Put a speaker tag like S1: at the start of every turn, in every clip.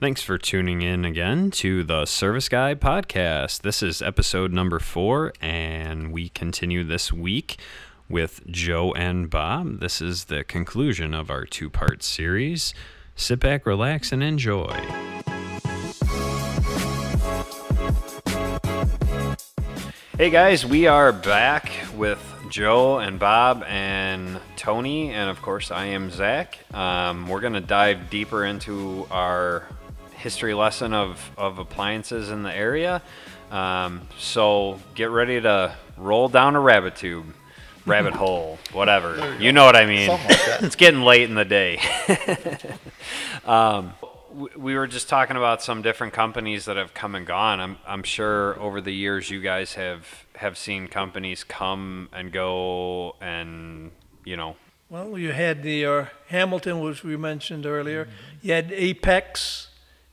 S1: Thanks for tuning in again to the Service Guy podcast. This is episode number four, and we continue this week with Joe and Bob. This is the conclusion of our two part series. Sit back, relax, and enjoy. Hey guys, we are back with Joe and Bob and Tony, and of course, I am Zach. Um, we're going to dive deeper into our history lesson of, of appliances in the area. Um, so get ready to roll down a rabbit tube, rabbit hole, whatever. You, know what I mean.
S2: Something like that.
S1: it's getting late in the day. um, w- we were just talking about some different companies that have come and gone. I'm, I'm sure over the years you guys have have seen companies come and go, and you know,
S3: Well, you had the uh, Hamilton, which we mentioned earlier.
S2: Mm-hmm.
S3: You had Apex,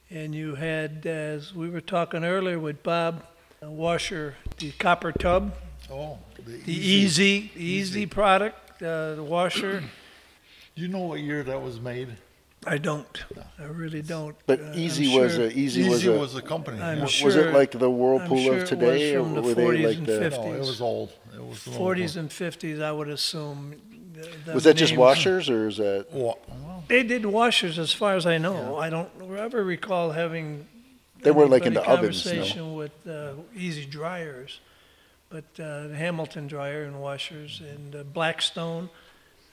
S3: and you had, as we were talking earlier with Bob, a washer, the copper tub,
S2: Oh, the
S3: the Easy, Easy, product, uh, the washer.
S2: Do you know what year that was made?
S3: I don't. I really don't.
S4: But
S3: Uh, I'm
S4: Easy was
S3: sure-
S4: a Easy, was
S2: Easy
S4: a
S2: was a company.
S3: I'm
S2: yeah.
S3: sure-
S4: was it like the
S3: I'm
S4: whirlpool
S3: sure it
S4: of
S3: was
S4: today,
S3: from
S4: or
S3: the
S4: were they
S3: 40s
S4: like
S3: and
S4: the
S3: 50s.
S2: No, it was old. It was an old
S3: 40s and 50s, I would assume. th-
S4: was that just
S3: names-
S4: washers or is that
S2: company. Wa- well,
S3: They did washers, as far as I know. I don't ever recall having
S4: they were like in
S3: anybody
S4: the ovens? No.
S3: Conversation with uh, easy dryers, but uh, the Hamilton dryer and washers and uh, Blackstone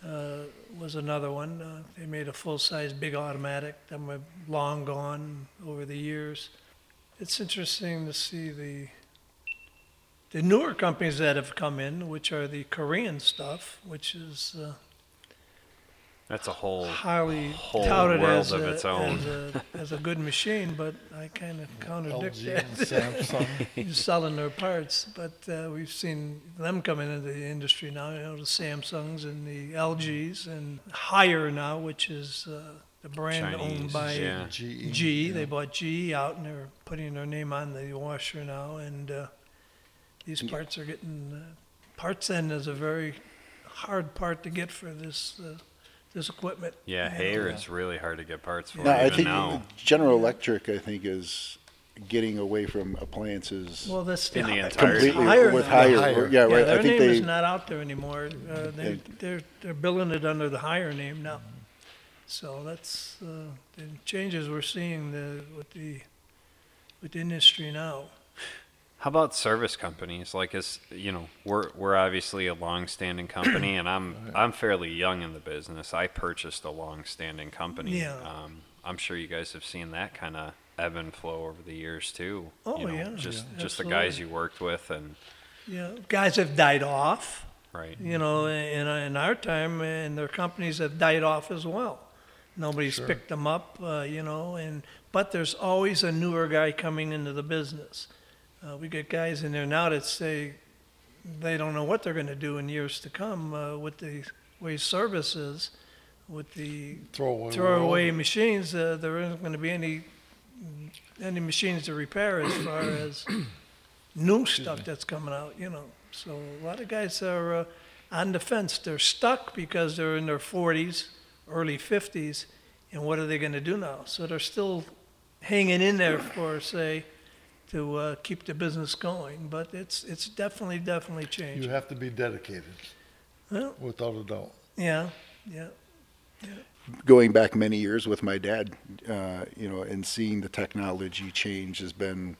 S3: uh, was another one. Uh, they made a full-size big automatic. Them were long gone over the years. It's interesting to see the the newer companies that have come in, which are the Korean stuff, which is. Uh,
S1: that's a whole.
S3: highly
S1: whole
S3: touted
S1: world
S3: as,
S1: of
S3: a,
S1: its own. Oh,
S3: as a as a good machine, but I kind of contradict
S2: LG and
S3: that.
S2: Samsung.
S3: You're selling their parts, but uh, we've seen them coming into the industry now. You know, the Samsungs and the LGs and Higher now, which is uh, the brand
S1: Chinese,
S3: owned by
S1: yeah.
S4: E.
S2: GE.
S3: G.
S2: yeah.
S3: They bought G out and they're putting their name on the washer now. And uh, these parts are getting uh, parts end is a very hard part to get for this uh, this equipment. uh,
S1: Yeah,
S3: you know.
S1: hair is really hard to get parts for
S4: No, I
S1: even
S4: think
S1: now.
S4: General Electric, I think, is getting away from appliances
S3: Well, that's
S1: In the entirety.
S4: completely
S3: Higher
S4: with
S3: now.
S4: higher.
S2: Higher.
S4: Yeah,
S3: Yeah,
S4: right.
S3: their
S4: I think
S3: name
S4: they
S3: is not out there anymore. Uh, they, they're they're billing it under the higher name now. So that's uh, the changes we're seeing the, with the with the industry now.
S1: How about service companies? Like, as you know, we're we're obviously a long-standing company, and I'm I'm fairly young in the business. I purchased a long-standing company.
S3: Yeah.
S1: Um, I'm sure you guys have seen that kind of ebb and flow over the years too.
S3: Oh,
S1: you know,
S3: yeah,
S1: Just
S3: yeah.
S1: just the guys
S3: Absolutely.
S1: you worked with, and
S3: Yeah, guys have died off.
S1: right.
S3: You know, in in our time, and their companies have died off as well. Nobody's picked them up. Uh, you know, and but there's always a newer guy coming into the business. Uh, we get guys in there now that say they don't know what they're going to do in years to come uh, with the way service is, with the
S2: Throwaway.
S3: throwaway machines. Uh, there isn't going to be any any machines to repair as far as new stuff that's coming out. You know, so a lot of guys are uh, on the fence. They're stuck because they're in their 40s, early 50s, and what are they going to do now? So they're still hanging in there for say. To uh, keep the business going, but it's it's definitely definitely
S2: You
S3: changed.
S2: have to be dedicated,
S3: Well,
S2: without a doubt.
S3: yeah, yeah.
S4: going back many years with my dad, uh, you know, and seeing the technology change has been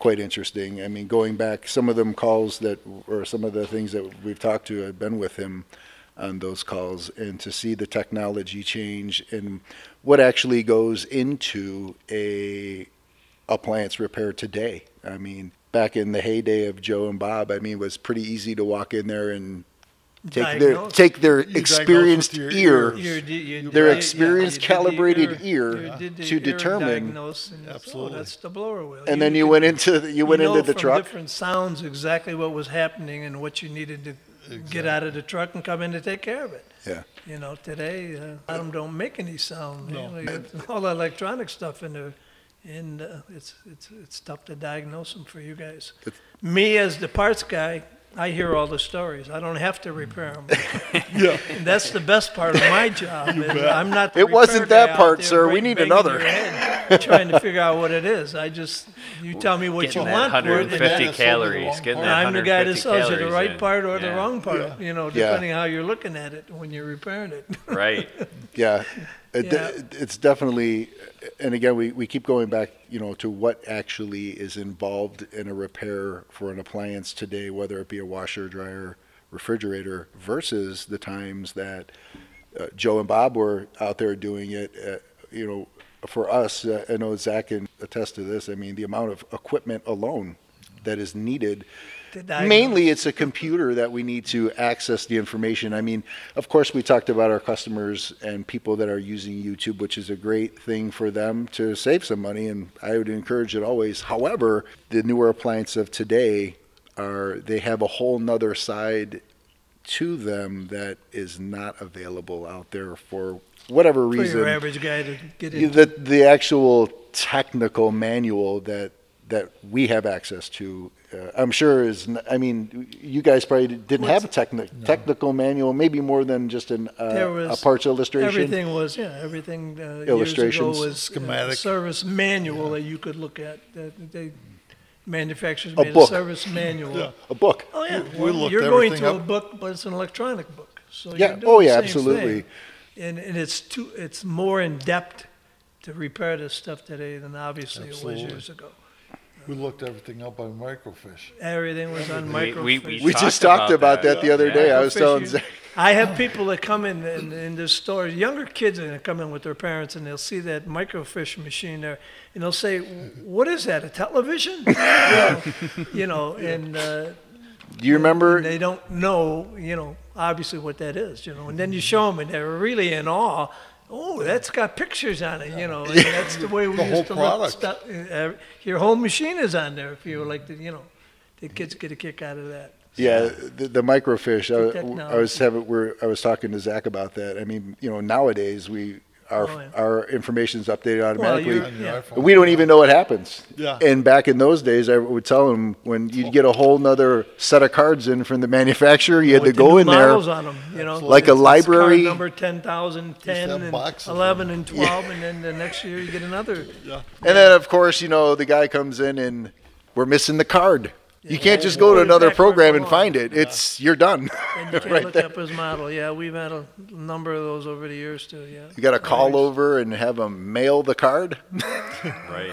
S4: quite interesting. I mean, going back, some of them calls that, or some of the things that we've talked to, I've been with him on those calls, and to see the technology change and what actually goes into a appliance repair today. I mean, back in the heyday of Joe and Bob, I mean, it was pretty easy to walk in there and take their
S3: Diagnose.
S4: take their
S2: diagnose with
S4: experienced
S2: your
S4: ear
S2: ears.
S3: Your di- your
S4: Their
S3: di- yeah,
S4: experienced
S3: your di-
S4: calibrated
S3: your-
S4: ear
S3: your di- di-
S4: to
S3: ear
S4: determine-
S3: diagnose and it's, oh,
S2: Absolutely.
S3: that's the blower wheel.
S4: and then you went into the, you went
S3: know
S4: into the
S3: from
S4: truck.
S3: Different sounds, exactly what was happening and what you needed to get out of the truck and come in to take care of it.
S4: Yeah.
S3: You know, today uh, a lot of them don't make any sound. you
S2: No.
S3: know, you got all the electronic stuff in there, and uh, it's it's it's tough to diagnose them for you guys.
S4: It's-
S3: Me as the parts guy, I hear all the stories. I don't have to repair them.
S2: Yeah.
S3: And that's the best part of my job. is I'm not. The
S4: It wasn't
S3: repair
S4: that
S3: guy out
S4: part,
S3: there
S4: sir. We
S3: right
S4: need
S3: banging
S4: another.
S3: your head. trying to figure out what it is. I just, you tell me what you
S1: getting that
S3: want. for it, and
S1: 150
S2: that's
S1: calories,
S2: something
S1: getting
S2: wrong.
S1: that
S3: I'm the guy that
S1: 150
S3: sells you the
S1: calories
S3: right
S1: in.
S3: part or the
S1: Yeah,
S3: wrong part,
S2: Yeah.
S3: you know,
S4: Yeah.
S3: depending how you're looking at it when you're repairing it.
S1: Right.
S4: Yeah. It,
S3: Yeah.
S4: It's definitely, and again, we, we keep going back, you know, to what actually is involved in a repair for an appliance today, whether it be a washer, dryer, refrigerator, versus the times that uh, Joe and Bob were out there doing it. Uh, you know, for us, uh, I know Zach can attest to this. I mean, the amount of equipment alone that is needed
S3: The diagram.
S4: Mainly, it's a computer that we need to access the information. I mean, of course, we talked about our customers and people that are using YouTube, which is a great thing for them to save some money, and I would encourage it always. However, the newer appliances of today are they have a whole nother side to them that is not available out there for whatever
S3: For
S4: reason
S3: your average guy to get
S4: Yeah,
S3: in.
S4: the the actual technical manual that that we have access to uh, I'm sure is n- I mean you guys probably didn't have a techni- technical manual maybe more than just an
S3: There
S4: uh, a
S3: was
S4: parts illustration
S3: Everything was, yeah, everything uh, years ago
S4: Illustrations.
S3: was a
S2: Schematic.
S3: service manual that you could look at. That They, manufacturers
S4: A
S3: made a
S4: book.
S3: service
S2: Yeah.
S3: manual.
S4: a book
S3: Oh, yeah.
S2: We- we
S3: Well,
S2: looked
S3: You're going
S2: everything
S3: to a
S2: up.
S3: book, but it's an electronic book. So
S4: Yeah.
S3: you're doing
S4: Oh,
S3: the
S4: yeah,
S3: same
S4: absolutely.
S3: thing. And, and it's too, it's more in-depth to repair this stuff today than obviously it was
S2: Absolutely.
S3: years ago.
S2: We looked everything up on microfish.
S3: Everything was on
S1: We- we-
S3: microfiche.
S4: we
S1: Talked
S4: just talked
S1: about
S4: about,
S1: that.
S4: that, the other day I was
S3: Microfiche,
S4: telling
S3: you-
S4: Zach
S3: I have people that come in in, in this store, younger kids are gonna come in with their parents and they'll see that microfiche machine there and they'll say, "What is that? A television?" you, know, you know, and uh,
S4: do you remember
S3: they don't know, you know, obviously what that is, you know. And then you show them and they're really in awe. Oh, that's got pictures on it, you know. And that's the way we
S2: The
S3: used
S2: whole
S3: to
S2: product.
S3: look stuff. uh, Your whole machine is on there if you were like, to, you know, the kids get a kick out of that.
S4: Yeah, the, the microfiche.
S3: The
S4: I, I was
S3: technology.
S4: having, we're, I was talking to Zach about that. I mean, you know, nowadays we our
S3: Oh, yeah.
S4: our information's updated automatically.
S3: you're- Yeah.
S4: we don't even know what happens.
S2: Yeah.
S4: And back in those days, I would tell them when you'd get a whole nother set of cards in from the manufacturer, you had to
S3: with the
S4: go
S3: new
S4: in there.
S3: models on 'em, you know, It's- it's
S4: Like a
S3: card
S4: library.
S3: number 10,000, 10,
S2: have
S3: and
S2: boxes of
S3: 11, and 12, and then the next year you get another.
S4: And then, of course, you know, the guy comes in and we're missing the card. You can't just go to
S3: Put it
S4: another
S3: back where it
S4: program and
S3: belongs.
S4: find it. It's you're done.
S3: And you can't look up his model. Yeah, we've had a number of those over the years too. Yeah.
S4: You got to call
S3: Nice.
S4: over and have them mail the card.
S1: Right.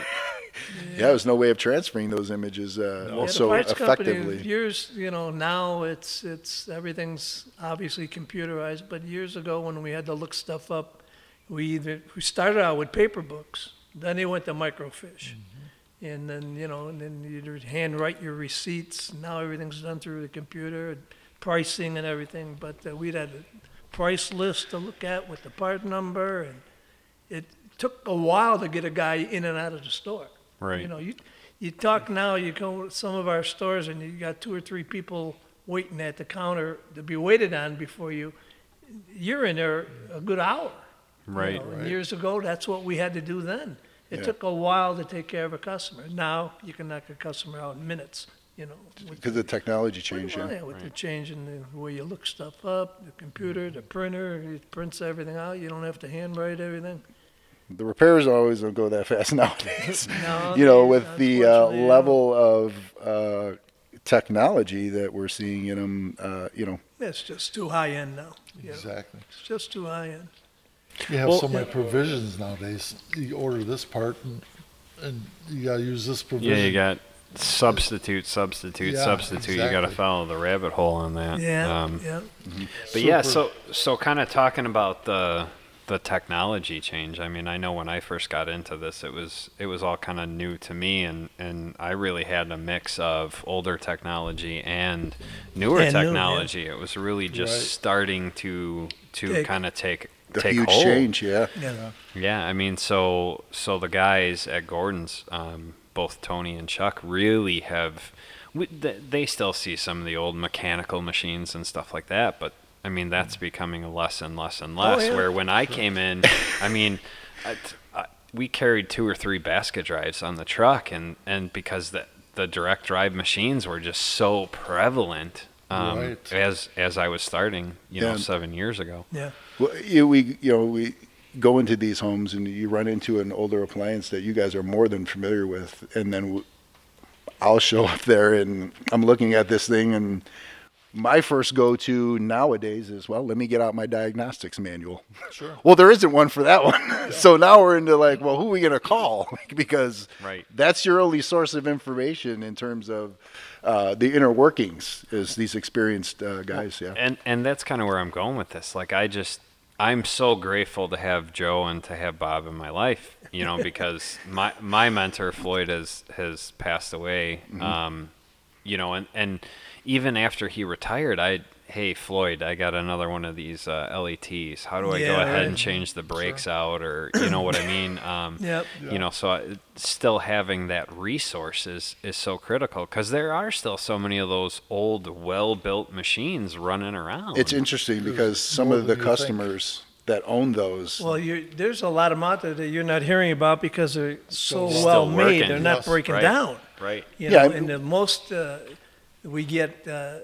S4: Yeah, there's no way of transferring those images uh,
S3: Yeah, the
S4: so
S3: parts company,
S4: effectively.
S3: years, you know, now it's it's everything's obviously computerized. But years ago, when we had to look stuff up, we either we started out with paper books, then they went to microfiche,
S4: Mm-hmm.
S3: and then you know, and then you hand write your receipts. Now everything's done through the computer, and pricing and everything. But uh, we'd had a price list to look at with the part number, and it took a while to get a guy in and out of the store.
S1: Right.
S3: You know, you you talk now, you go to some of our stores and you got two or three people waiting at the counter to be waited on before you. You're in there a good hour. you
S1: Right.
S3: know, and Years ago, that's what we had to do then. It
S4: Yeah.
S3: took a while to take care of a customer. Now you can knock a customer out in minutes. You know, with
S4: Because the technology changed,
S3: well,
S4: yeah.
S3: yeah, with the change in the way you look stuff up, the computer, the printer, it prints everything out. You don't have to handwrite everything.
S4: The repairs always don't go that fast nowadays.
S3: No,
S4: you know,
S3: they-
S4: with the uh,
S3: unfortunately, yeah.
S4: level of uh, technology that we're seeing in them, uh, you know,
S3: It's just too high end now. You know,
S2: Exactly.
S3: it's just too high end.
S2: You have
S1: Well-
S2: so many provisions nowadays. You order this part and, and you gotta use this provision.
S1: Yeah, you got substitute, substitute,
S2: Yeah,
S1: substitute. You got to
S2: exactly.
S1: follow the rabbit hole on that.
S3: Yeah,
S1: Um,
S3: yeah.
S1: But yeah, so
S2: Super.
S1: so kind of talking about the the technology change. I mean, I know when I first got into this, it was it was all kind of new to me, and and I really had a mix of older technology and newer
S3: And new, yeah.
S1: technology. It was really just
S2: Right.
S1: starting to to
S3: Take-
S1: kind of take
S4: the
S1: take
S4: huge
S1: hold.
S4: change, yeah.
S3: Yeah.
S1: Yeah, I mean, so so the guys at Gordon's, um, both Tony and Chuck, really have. We, th- they still see some of the old mechanical machines and stuff like that, but I mean, that's becoming less and less and less.
S3: yeah.
S1: Where when I came in, I mean, I, I, we carried two or three basket drives on the truck, and and because the the direct drive machines were just so prevalent. Um,
S2: Right.
S1: As as I was starting, you know,
S4: Yeah.
S1: seven years ago.
S3: Yeah.
S4: Well, you, we, you know, we go into these homes and you run into an older appliance that you guys are more than familiar with, and then w- I'll show up there and I'm looking at this thing and my first go-to nowadays is well let me get out my diagnostics manual
S2: Sure.
S4: well there isn't one for that one so now we're into like well who are we going to call because
S1: Right.
S4: that's your only source of information in terms of uh, the inner workings is these experienced uh, guys yeah
S1: And and that's kind of where I'm going with this. Like I just I'm so grateful to have Joe and to have Bob in my life, you know, because my my mentor Floyd has has passed away.
S3: Mm-hmm.
S1: Um, you know, and and even after he retired, I hey Floyd, I got another one of these uh, LETs. How do I go
S3: Yeah,
S1: ahead
S3: right.
S1: and change the brakes out, or you know what I mean? Um,
S3: Yep.
S1: You know, so I, still having that resource is, is so critical because there are still so many of those old, well built machines running around.
S4: it's interesting because some
S2: more
S4: of the
S2: than you think.
S4: customers that own those
S3: Well, you there's a lot of them out there that you're not hearing about because they're so
S1: Still
S3: well
S1: working.
S3: made, they're not
S2: Yes.
S3: breaking
S1: Right.
S3: down.
S1: right.
S3: You
S4: Yeah,
S3: know,
S4: I-
S3: and the most uh, we get uh,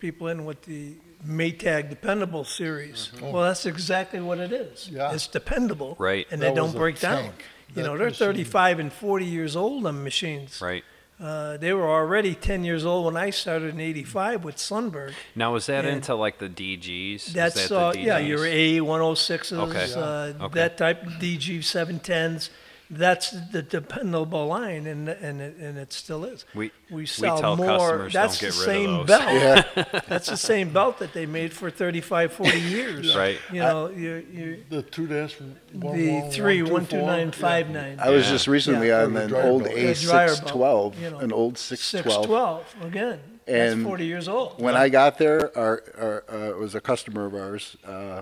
S3: people in with the Maytag Dependable series. Well, that's exactly what it is.
S2: Mm-hmm. Yeah.
S3: It's dependable,
S1: Right.
S3: And
S2: That
S3: they don't
S2: was a
S3: break down.
S2: tank,
S3: You
S2: that
S3: know, they're
S2: machine.
S3: 35 and 40 years old. Them machines.
S1: Right.
S3: Uh, they were already 10 years old when I started in '85 with Sunberg.
S1: Now, is that
S3: Yeah.
S1: into like the DGs? Is that
S3: That's
S1: the
S3: uh, yeah,
S1: DGs?
S3: your A one oh sixes,
S1: Okay.
S3: uh,
S1: Yeah. Okay.
S3: that type DG seven tens. That's the dependable line, and and it, and it still is.
S1: We- we
S3: we sell
S1: tell
S3: more.
S1: customers don't
S3: that's
S1: get
S3: the
S1: rid
S3: same
S1: of those.
S3: belt. that's the same belt that they made for 35, 40 years.
S1: Right.
S3: You know, you you
S2: The two dash one
S3: the
S2: one,
S3: three
S2: two,
S3: one two
S2: four,
S3: nine five
S2: yeah.
S3: nine.
S4: I was
S1: Yeah.
S4: just recently
S3: Yeah.
S4: on
S2: Or the
S4: an
S2: dryer
S4: old
S2: belt.
S4: A
S3: The dryer
S4: six twelve,
S3: belt, you know.
S4: an old six
S3: Six
S4: twelve.
S3: twelve again.
S4: And
S3: that's forty years old.
S4: When I got there, our, our uh, it was a customer of ours. Uh,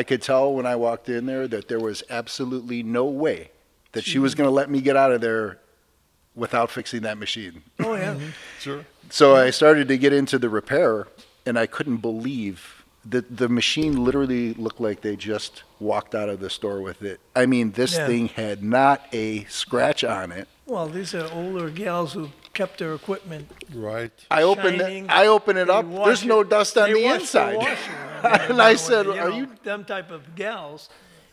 S4: I could tell when I walked in there that there was absolutely no way that she was going to let me get out of there without fixing that machine.
S3: oh yeah,
S2: Sure.
S4: So I started to get into the repair, and I couldn't believe that the machine literally looked like they just walked out of the store with it. I mean, this
S3: Yeah.
S4: thing had not a scratch on it.
S3: well these are older gals who kept their equipment
S2: Right.
S4: I open it.
S3: shining.
S4: I open it
S3: They
S4: up.
S3: wash
S4: There's
S3: it-
S4: no dust on
S3: they
S4: the
S3: wash the
S4: inside.
S3: washer.
S4: and I said,
S3: know,
S4: "Are you?"
S3: them type of gals?"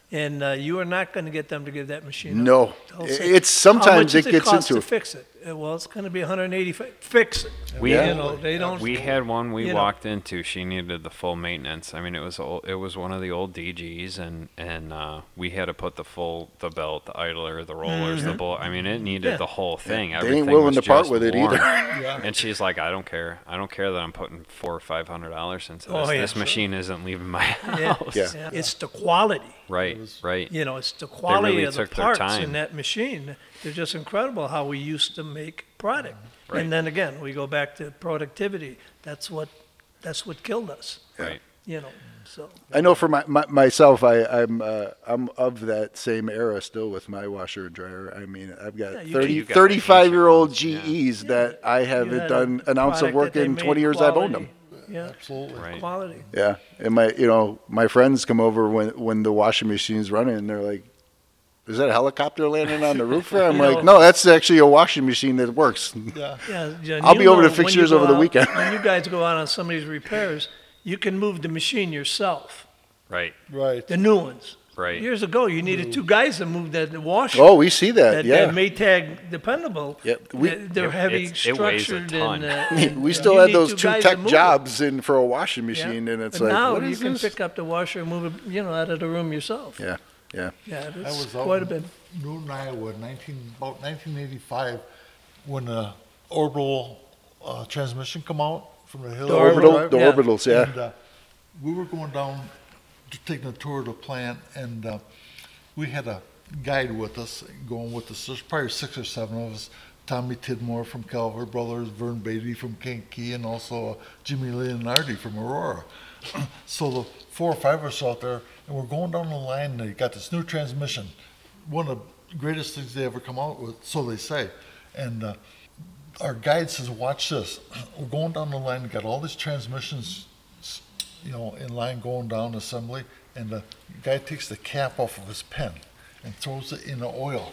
S3: And uh, you are not going to get them to give that machine.
S4: No.
S3: up. They'll
S4: It-
S3: say,
S4: it's- sometimes
S3: How much does
S4: it gets
S3: cost
S4: into
S3: to fix it. Uh, Well, it's going to be 180. fi- Fix it.
S1: We
S3: You
S1: had,
S3: know, they don't.
S1: we had one we
S3: you know.
S1: walked into. She needed the full maintenance. I mean, it was old, it was one of the old DGs, and and uh, we had to put the full the belt, the idler, the rollers, the bull. I mean, it needed
S3: Yeah.
S1: the whole thing.
S4: Mm-hmm. ain't
S1: Everything
S4: willing
S1: was
S4: to part
S1: just
S4: with it
S1: worn.
S4: either.
S1: And she's like, I don't care. I don't care that I'm putting four or five hundred dollars into this.
S3: Oh, yeah,
S1: this
S3: sure.
S1: machine isn't leaving my
S3: Yeah.
S1: house.
S4: Yeah.
S3: yeah. It's the quality.
S1: Right. Right.
S3: You know, it's the quality
S1: really
S3: of the
S1: took their
S3: parts
S1: time.
S3: in that machine. They're just incredible how we used to make product.
S1: Right.
S3: And then again, we go back to productivity. That's what that's what killed us.
S1: Right.
S3: You know, so
S4: I know for my, my myself, I, I'm uh, I'm of that same era still with my washer and dryer. I mean, I've got
S3: Yeah, you-
S4: 30,
S1: You got the
S4: 35 year old
S1: ancient ones,
S4: GEs that I
S3: You
S4: haven't
S3: had
S4: done
S3: a
S4: an ounce of
S3: product
S4: work
S3: that they
S4: in
S3: made
S4: 20 years. I've owned them.
S3: quality. Yeah,
S2: Absolutely.
S1: Right.
S3: quality.
S4: Yeah, and my you know my friends come over when when the washing machine's running, and they're like. Is that a helicopter landing on the roof there? I'm
S3: You
S4: like,
S3: know-
S4: no, that's actually a washing machine that works.
S2: Yeah.
S3: Yeah, yeah, and
S4: I'll
S3: you
S4: be over
S3: know
S4: to
S3: when
S4: fix
S3: you
S4: yours
S3: go
S4: over the
S3: out-
S4: weekend.
S3: when you guys go out on some of these repairs, you can move the machine yourself,
S1: Right.
S2: Right.
S3: the new ones.
S1: Right.
S3: Years ago, you needed two guys to move that washer.
S4: Mm. Oh, we see that.
S3: that,
S4: yeah,
S3: that Maytag dependable.
S4: Yep, we-
S3: they- they're
S1: Yep,
S3: heavy
S1: it's- it weighs a
S3: structured
S1: ton.
S3: and, uh, and,
S4: we
S3: uh,
S4: still
S3: you
S4: had
S3: need
S4: those two
S3: guys to
S4: tech
S3: move it.
S4: jobs in for a washing
S3: Yeah.
S4: machine, and it's
S3: But
S4: like,
S3: now
S4: what
S3: you
S4: is
S3: can
S4: this?
S3: pick up the washer and move it, you know, out of the room yourself.
S4: yeah, yeah.
S3: Yeah,
S2: I
S3: it's
S2: was out
S3: quite a
S2: in
S3: bit.
S2: Newton, Iowa, 19, about 1985, when the orbital uh, transmission come out from the hill.
S3: The
S4: Orbital,
S3: Orbital,
S4: the
S3: yeah.
S4: orbitals, yeah.
S2: And, uh, we were going down, to taking a tour of the plant, and uh, we had a guide with us, going with us. There's probably six or seven of us. Tommy Tidmore from Calvert Brothers, Vern Beatty from Kankakee, and also uh, Jimmy Leonardi from Aurora. so the four or five of us out there, and we're going down the line, and they got this new transmission, one of the greatest things they ever come out with, so they say. And uh, our guide says, "Watch this. We're going down the line. Got all these transmissions, s- you know, in line going down assembly." And the guy takes the cap off of his pen and throws it in the oil,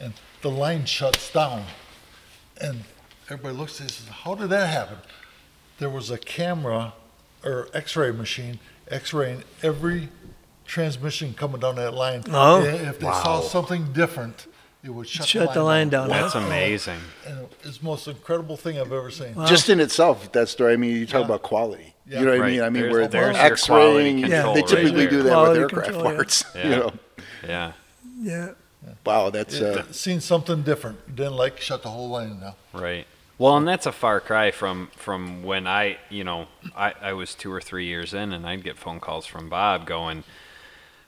S2: and the line shuts down. And everybody looks at it and says, "How did that happen?" There was a camera or X-ray machine X-raying every transmission coming down that line.
S3: Oh.
S2: Yeah, If they saw
S1: Wow.
S2: something different, it would shut,
S3: Shut the line down.
S1: That's
S3: huh?
S1: amazing.
S2: And it's uh, the most incredible thing I've ever seen.
S3: Wow.
S4: Just in itself, that story. I mean, you talk
S2: Yeah.
S4: about quality.
S2: Yeah.
S4: You know what
S1: Right.
S4: I mean? I mean,
S1: There's-
S4: where
S1: there's your
S4: X-raying,
S1: quality
S3: control
S4: they
S3: right
S4: typically
S1: there.
S4: do that
S3: Quality
S4: with aircraft
S3: control, yeah.
S4: parts.
S1: Yeah.
S4: You know,
S1: Yeah.
S3: Yeah.
S4: wow, that's
S2: It-
S4: uh,
S2: Seen something different. Didn't like shut the whole line down.
S1: Right. Well, and that's a far cry from from when I, you know, I, I was two or three years in, and I'd get phone calls from Bob going,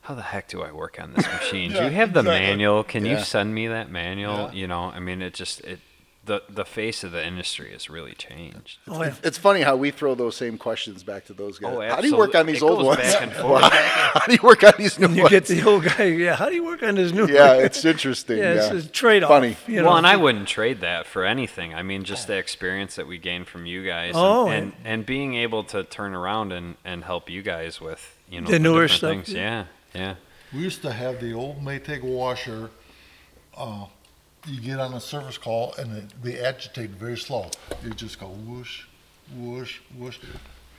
S1: "How the heck do I work on this machine? do
S2: Yeah,
S1: you have the
S2: exactly.
S1: manual? Can
S4: Yeah.
S1: you send me that manual?
S2: Yeah.
S1: You know, I mean, it just it the the face of the industry has really changed.
S3: Oh, yeah.
S4: it's funny how we throw those same questions back to those guys.
S1: Oh,
S4: how do you work
S1: absolute-
S4: on these
S1: it
S4: old
S1: goes
S4: ones?
S1: back and forth.
S4: how do you work on these new
S3: And you
S4: ones?
S3: get the old guy. Yeah. How do you work on this new?
S4: yeah,
S3: one?
S4: it's interesting.
S3: yeah,
S4: yeah.
S3: it's a trade-off.
S4: Funny.
S3: You know,
S1: well, and I wouldn't trade that for anything. I mean, just the experience that we gained from you guys,
S3: Oh,
S1: and,
S3: and-
S1: and and being able to turn around and and help you guys with you know
S3: The newer
S1: different
S3: stuff,
S1: Things. Yeah, yeah.
S2: We used to have the old Maytag washer. Uh, you get on a service call and it, they agitate very slow. You just go whoosh, whoosh, whoosh.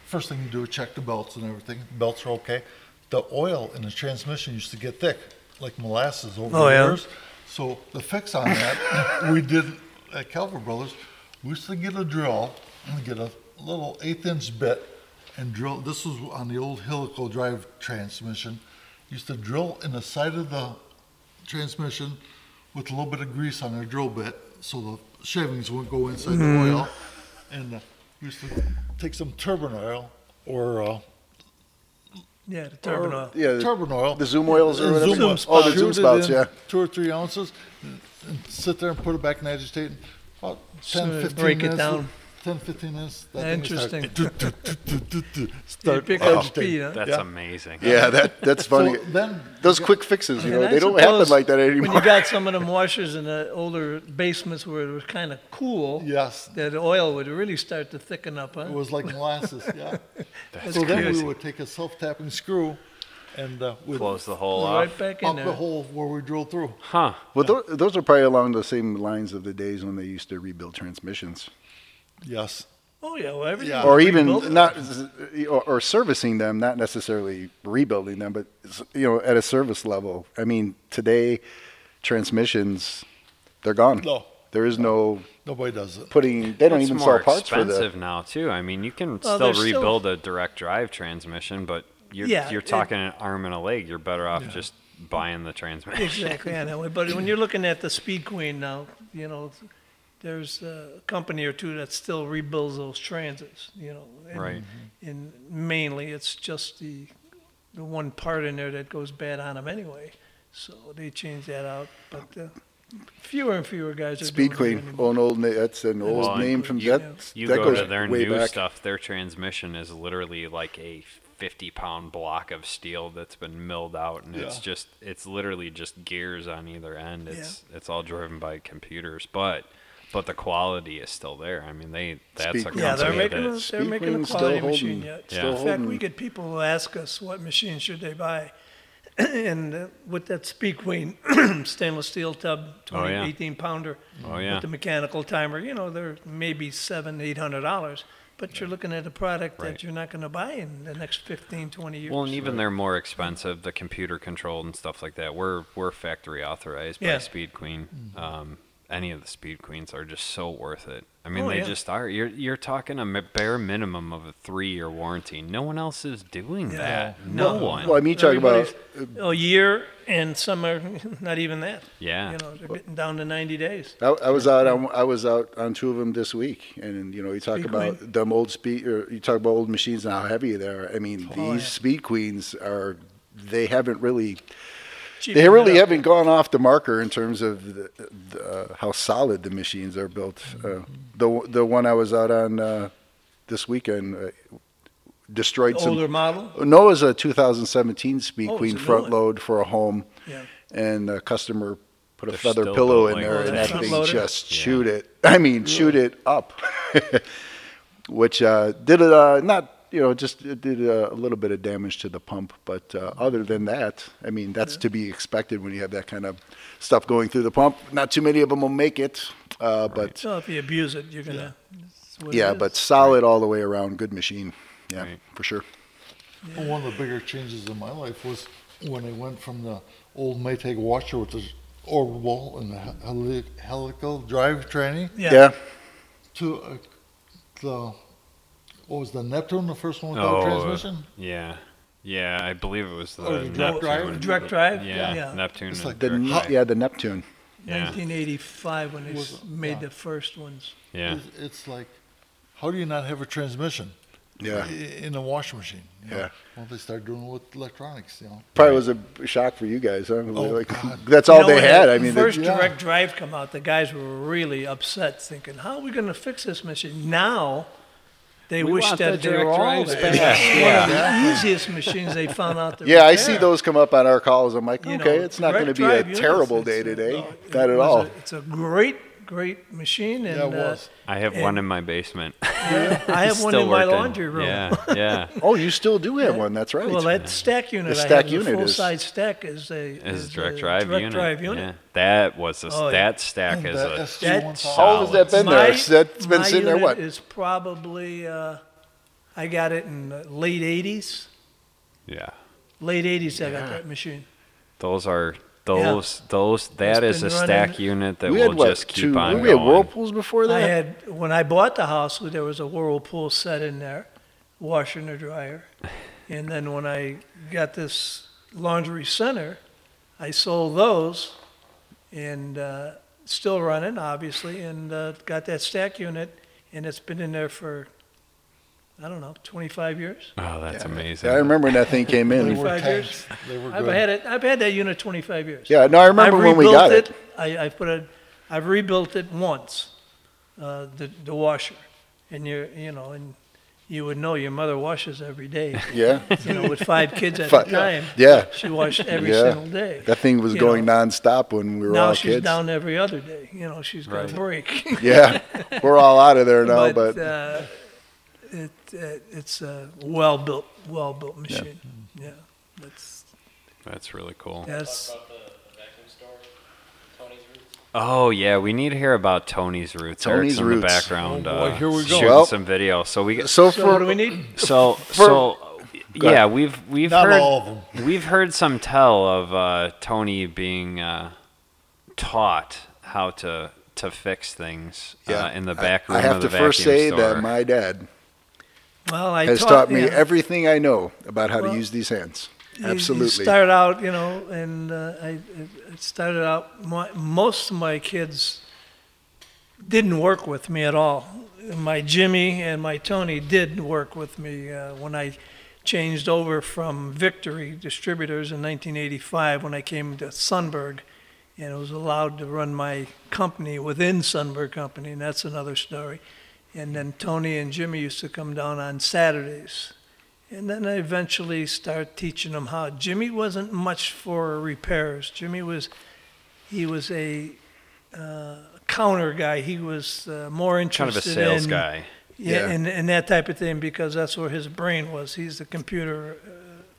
S2: First thing you do is check the belts and everything. Belts are okay. The oil in the transmission used to get thick, like molasses over
S3: Oh,
S2: the
S3: yeah.
S2: years. So the fix on that, we did at Calver Brothers. We used to get a drill and get a little eighth-inch bit and drill. This was on the old Helico drive transmission. Used to drill in the side of the transmission with a little bit of grease on their drill bit, so the shavings wouldn't go inside
S3: Mm-hmm.
S2: the oil. And uh, we used to take some turbine oil or uh,
S3: Yeah, the turbine oil.
S4: Yeah, the-
S2: turbine oil.
S4: the Zoom oils or
S2: and
S4: whatever.
S2: Zoom
S4: Oh,
S2: spouts.
S4: the Zoom
S2: Shoot it
S4: spouts,
S2: in
S4: yeah.
S2: Two or three ounces, and, and sit there and put it back and agitate. And about 10,
S3: Sort of
S2: 15
S3: break it
S2: minutes.
S3: down.
S2: 10, 15 minutes.
S3: Interesting.
S2: Interesting.
S3: You
S2: Start
S3: pick
S2: wow.
S3: up speed, huh?
S1: That's
S2: Yeah.
S1: amazing.
S4: Yeah, that that's funny.
S2: So then
S4: Those quick fixes, you know,
S3: And I
S4: they don't happen
S3: suppose
S4: like that
S3: When you
S4: anymore.
S3: got some of them washers in the older basements where it was kind of cool,
S2: Yes.
S3: that oil would really start to thicken up, huh?
S2: It was like molasses, yeah.
S1: That's
S2: so then we
S1: crazy.
S2: would take a self-tapping screw and uh, we'd
S1: Close the hole off.
S3: right back in
S2: pump
S3: there.
S2: the hole where we drilled through.
S1: Huh.
S4: Well, tho- those are probably along the same lines of the days when they used to rebuild transmissions,
S2: Yes.
S3: oh yeah, well, everything.
S2: Yeah.
S3: was
S4: or even
S3: rebuilt.
S4: not, or, or servicing them, not necessarily rebuilding them, but you know, at a service level. I mean, today, transmissions, they're gone.
S2: No.
S4: There is no
S2: Nobody does it.
S4: putting. They don't
S1: It's
S4: even
S1: more
S4: sell parts for
S1: expensive
S4: the.
S1: now too. I mean, you can
S3: Well,
S1: still
S3: they're still-
S1: rebuild a direct drive transmission, but you're
S3: Yeah,
S1: you're
S3: it-
S1: talking an arm and a leg. You're better off just buying the transmission.
S3: Exactly, I know. But when you're looking at the Speed Queen now, you know, there's a company or two that still rebuilds those transits, you know. and-
S1: Right.
S3: And mainly, it's just the, the one part in there that goes bad on them anyway. So they change that out, but uh, fewer and fewer guys are doing
S4: Speed
S3: it
S4: Queen,
S3: anymore.
S4: oh, an old na- that's an old
S1: Well,
S4: name from
S1: you-
S4: that.
S1: You
S4: that
S1: go
S4: goes
S1: to their
S4: way
S1: new
S4: back.
S1: stuff. Their transmission is literally like a 50 pound block of steel that's been milled out, and it's
S2: Yeah.
S1: just it's literally just gears on either end. It's it's all driven by computers, but but the quality is still there. I mean, they that's a
S4: Speak-
S1: company
S3: Yeah, they're making, a-
S1: that
S3: they're making a
S4: Speedwing's still
S3: quality
S4: holding-
S3: machine yet.
S4: Yeah. still
S3: In fact, we
S4: holding.
S3: get people who ask us what machine should they buy. And uh, with that Speed Queen stainless steel tub,
S1: Oh,
S3: twenty,
S1: yeah.
S3: eighteen pounder.
S1: Oh, yeah.
S3: With the mechanical timer, you know, they're maybe seven, eight hundred dollars. But you're looking at a product
S1: Right.
S3: that you're not gonna buy in the next fifteen, twenty years.
S1: Well, and even they're more expensive, the computer controlled and stuff like that. We're we're factory authorized by
S3: Yeah. Mm-hmm.
S1: Speed Queen. Um, any of the Speed Queens are just so worth it. I mean,
S3: Oh,
S1: they
S3: yeah.
S1: just are. You're you're talking a mi- bare minimum of a three year warranty. No one else is doing that. No one.
S4: Well, I mean, you talk about
S3: Everybody's A year and some are not even that.
S1: Yeah.
S3: You know, they're getting down to ninety days.
S4: I, I was out on I was out on two of them this week, and you know you talk
S3: Speed
S4: about them old speed, or you talk about old machines and how heavy they are. I mean,
S3: Oh,
S4: these
S3: yeah.
S4: speed queens are they haven't really
S3: Cheapen
S4: they
S3: it
S4: really
S3: up.
S4: haven't gone off the marker in terms of the, the, uh, how solid the machines are built. Uh, the the one I was out on uh, this weekend uh, destroyed some
S3: Older model,
S4: Noah's a 2017 Speed
S3: Oh, it's
S4: Queen
S3: a new
S4: front
S3: one.
S4: load for a home,
S3: Yeah.
S4: and the customer put a
S1: They're
S4: feather
S1: still
S4: pillow
S1: built
S4: in
S1: like
S4: there, and
S3: that.
S4: that
S3: Front
S4: thing
S3: loader?
S4: just
S1: Yeah.
S4: chewed it. I mean, chewed it up, which uh, did it uh, not. You know, just it did uh, a little bit of damage to the pump, but uh, other than that, I mean, that's to be expected when you have that kind of stuff going through the pump. Not too many of them will make it, uh, but
S3: so if you abuse it, you're gonna. it's what it
S4: yeah,
S3: is.
S4: but solid all the way around, good machine, yeah,
S1: Right.
S4: for sure.
S2: One of the bigger changes in my life was when I went from the old Maytag washer with the orbital and the heli- helical drive tranny
S4: Yeah.
S2: to uh, the what was the Neptune, the first one without
S1: Oh,
S2: transmission?
S1: Yeah. Yeah, I believe it was the
S2: Oh, the
S1: Neptune.
S2: direct drive?
S3: Direct drive?
S1: Yeah,
S3: Yeah.
S1: Neptune.
S2: It's
S1: and
S2: like
S4: The,
S1: direct
S4: Ne-
S1: drive.
S4: yeah, the Neptune.
S1: Yeah.
S3: 1985 when they s-
S2: Was-
S3: made
S2: yeah.
S3: the first ones.
S1: yeah.
S2: It's, it's like, how do you not have a transmission i-
S4: Yeah.
S2: in a washing machine? you know?
S4: Yeah.
S2: Well, they started doing it with electronics, you know.
S4: Probably was a shock for you guys. Huh? Like,
S2: God.
S4: that's
S3: Oh,
S4: all
S3: You know,
S4: they
S3: when
S4: had.
S3: the
S4: I mean,
S3: first
S4: they-
S2: yeah.
S3: direct drive come out, the guys were really upset, thinking, "How are we going to fix this machine?" Now, they
S1: We
S3: wish
S1: want
S3: that
S1: the
S3: they were
S1: direct
S3: all
S1: drives
S3: there.
S1: back.
S3: It's
S1: Yeah.
S3: One of the easiest machines they found out. That
S4: yeah,
S3: were
S4: I see
S3: there.
S4: those come up on our calls. I'm like,
S3: You know,
S4: okay, it's not going to
S3: direct
S4: be a
S3: drive, yes,
S4: terrible
S3: it's
S4: day
S3: a-
S4: today.
S3: no, it
S4: Not at
S3: was
S4: all.
S3: a- it's a great, great machine, and
S2: Yeah, it
S3: uh,
S2: was.
S1: I have one in my basement.
S3: I have
S1: It's
S3: one
S1: still
S3: in my
S1: working.
S3: laundry room.
S1: Yeah, yeah.
S4: oh, you still do have one. That's right.
S3: Well, that stack unit,
S4: The
S3: I
S4: stack
S3: have
S4: unit
S3: the
S4: is-
S3: full size stack is a
S1: As
S3: is
S1: a direct
S3: a
S1: drive
S3: direct
S1: unit.
S3: drive unit.
S1: Yeah. That was a,
S3: Oh, yeah.
S1: that stack is
S2: The
S1: a
S2: SG-1000.
S3: that's-
S4: How long has that been
S3: My-
S4: there? That's been
S3: my
S4: sitting there,
S3: unit
S4: what?
S3: is probably, uh, I got it in the late 80s.
S1: Yeah.
S3: Late 80s, I got that machine.
S1: Those are those those that
S3: It's
S1: is a
S3: been
S1: stack
S3: running-
S1: unit that
S4: we
S1: will
S4: had what?
S1: just keep
S4: two,
S1: on
S4: we had
S1: going.
S4: whirlpools before
S3: I
S4: that.
S3: had, when I bought the house, there was a Whirlpool set in there, washer and a dryer. And then when I got this laundry center, I sold those and uh, still running, obviously, and uh, got that stack unit, and it's been in there for, I don't know, 25 years?
S1: Oh, that's amazing.
S4: Yeah, I remember when that thing came
S2: They
S4: in.
S2: were
S3: Twenty-five years?
S2: tanks. They were
S3: I've
S2: good.
S3: had it. I've had that unit 25 years.
S4: Yeah, no, I remember
S3: I've
S4: when we
S3: rebuilt
S4: got it.
S3: I, I put a, I've rebuilt it once, uh, the the washer, and you you know, and you would know your mother washes every day.
S4: Yeah,
S3: You know, with five kids at
S4: Fi-
S3: the time,
S4: yeah.
S3: she washed every
S4: Yeah.
S3: single day.
S4: that thing was
S3: You
S4: going
S3: know,
S4: nonstop when we were
S3: Now
S4: all
S3: she's
S4: kids.
S3: down every other day. You know, she's got
S1: Right.
S3: a break.
S4: Yeah, we're all out of there now. But,
S3: uh, it, it it's a well built, well built machine. Yeah, that's
S1: That's really cool.
S3: that's.
S5: Talk about the, the vacuum store, Tony's roots.
S1: Oh yeah, we need to hear about Tony's roots. Eric's
S4: Tony's
S1: in
S4: roots.
S1: the background.
S2: Oh, boy,
S1: uh,
S2: here we go.
S1: Shooting
S4: Well-
S1: some video. So we
S4: so,
S3: uh, So
S4: for
S3: what do we need?
S1: so so yeah we've we've
S2: Not
S1: heard
S2: all of
S1: we've heard some tell of uh, Tony being uh, taught how to to fix things uh, in the back room
S4: I have
S1: of
S4: to
S1: the
S4: first
S1: vacuum
S4: say
S1: store.
S4: that my dad
S3: Well, I
S4: has
S3: taught,
S4: taught me
S3: yeah.
S4: everything I know about how
S3: Well,
S4: to use these hands.
S3: You- You
S4: Absolutely.
S3: start out, you know, and uh, I, I started out. My, most of my kids didn't work with me at all. My Jimmy and my Tony did work with me uh, when I changed over from Victory Distributors in 1985 when I came to Sunberg, and I was allowed to run my company within Sunberg Company, and that's another story. And then Tony and Jimmy used to come down on Saturdays. And then I eventually started teaching him how Jimmy wasn't much for repairs. Jimmy was, he was a uh, counter guy. He was uh, more
S1: kind of a
S3: interested
S1: sales
S3: in,
S1: guy.
S3: yeah,
S4: Yeah.
S3: And, and that type of thing because that's where his brain was. He's the computer uh,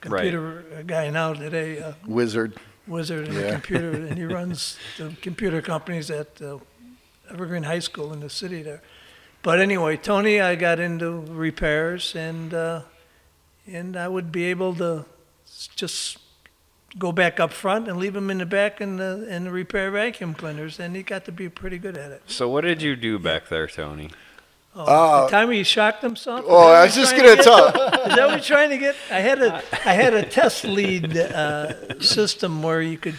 S1: Right.
S3: computer guy now today, uh,
S4: Wizard.
S3: wizard and
S4: Yeah.
S3: a computer, and he runs the computer companies at uh, Evergreen High School in the city there. But anyway, Tony, I got into repairs, and uh, and I would be able to s- just go back up front and leave him in the back and the and repair vacuum cleaners, and he got to be pretty good at it.
S1: So what did you do back there, Tony?
S3: Oh,
S4: Ah.
S3: the time he shocked himself.
S4: Oh, I was just gonna talk.
S3: Is that what you're trying to get? I had a I had a test lead uh, system where you could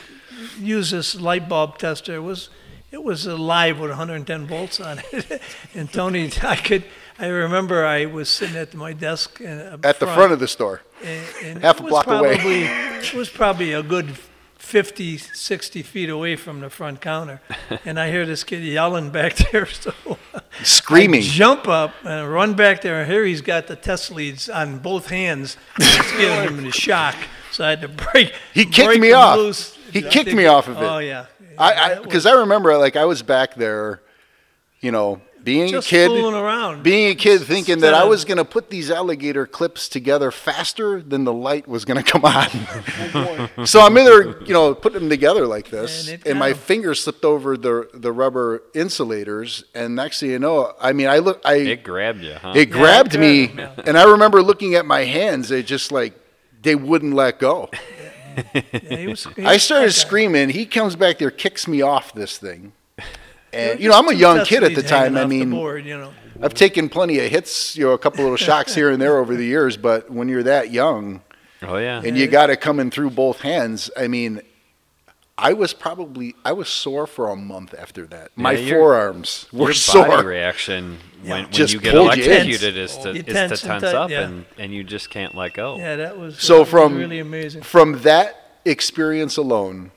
S3: use this light bulb tester. It was it was alive with 110 volts on it. and Tony, I could I remember I was sitting at my desk and uh,
S4: At the front of the store.
S3: and, and
S4: half
S3: it
S4: a
S3: was
S4: block away.
S3: probably- It was probably a good 50, 60 feet away from the front counter, and I hear this kid yelling back there. So
S4: Screaming.
S3: I jump up and run back there. and Here he's got the test leads on both hands. It's giving him the shock. So I had to break.
S4: He kicked
S3: break
S4: me
S3: him
S4: off.
S3: loose.
S4: He
S3: Yeah.
S4: kicked me off of it.
S3: Oh yeah.
S4: I
S3: That
S4: because
S3: was
S4: I, remember like I was back there, you know, being
S3: Just
S4: a kid,
S3: fooling around.
S4: being a kid, thinking that I
S3: Instead of-
S4: was gonna put these alligator clips together faster than the light was gonna come on. so I'm in there, you know, putting them together like this,
S3: And
S4: and,
S3: it got
S4: my
S3: 'em.
S4: finger slipped over the the rubber insulators, and next thing you know, I mean, I look, I
S1: It grabbed you, huh?
S4: it grabbed
S3: grabbed
S4: me,
S3: him, yeah.
S4: and I remember looking at my hands. They just like they wouldn't let go.
S3: Yeah, he was- he
S4: I
S3: was
S4: started
S3: that guy.
S4: screaming. He comes back there, kicks me off this thing. And,
S3: There
S4: you
S3: were
S4: know, I'm a
S3: two
S4: young kid at the
S3: tuxedos
S4: time.
S3: hanging
S4: I
S3: off the
S4: mean,
S3: board, you know.
S4: I've taken plenty of hits, you know, a couple little shocks here and there over the years, but when you're that young
S1: Oh yeah.
S4: and
S3: Uh-huh.
S4: you got it coming through both hands, I mean, I was probably I was sore for a month after that. My
S1: Yeah, your-
S4: forearms were
S1: Your body
S4: sore.
S1: reaction when, when
S4: Just
S1: you get
S4: pulled you in.
S1: electrocuted is to
S3: You
S1: is to
S3: tense and
S1: tense
S3: tight,
S1: up
S3: yeah.
S1: and and you just can't let go.
S3: Yeah, that was that
S4: So
S3: was
S4: from
S3: really amazing.
S4: from that experience alone,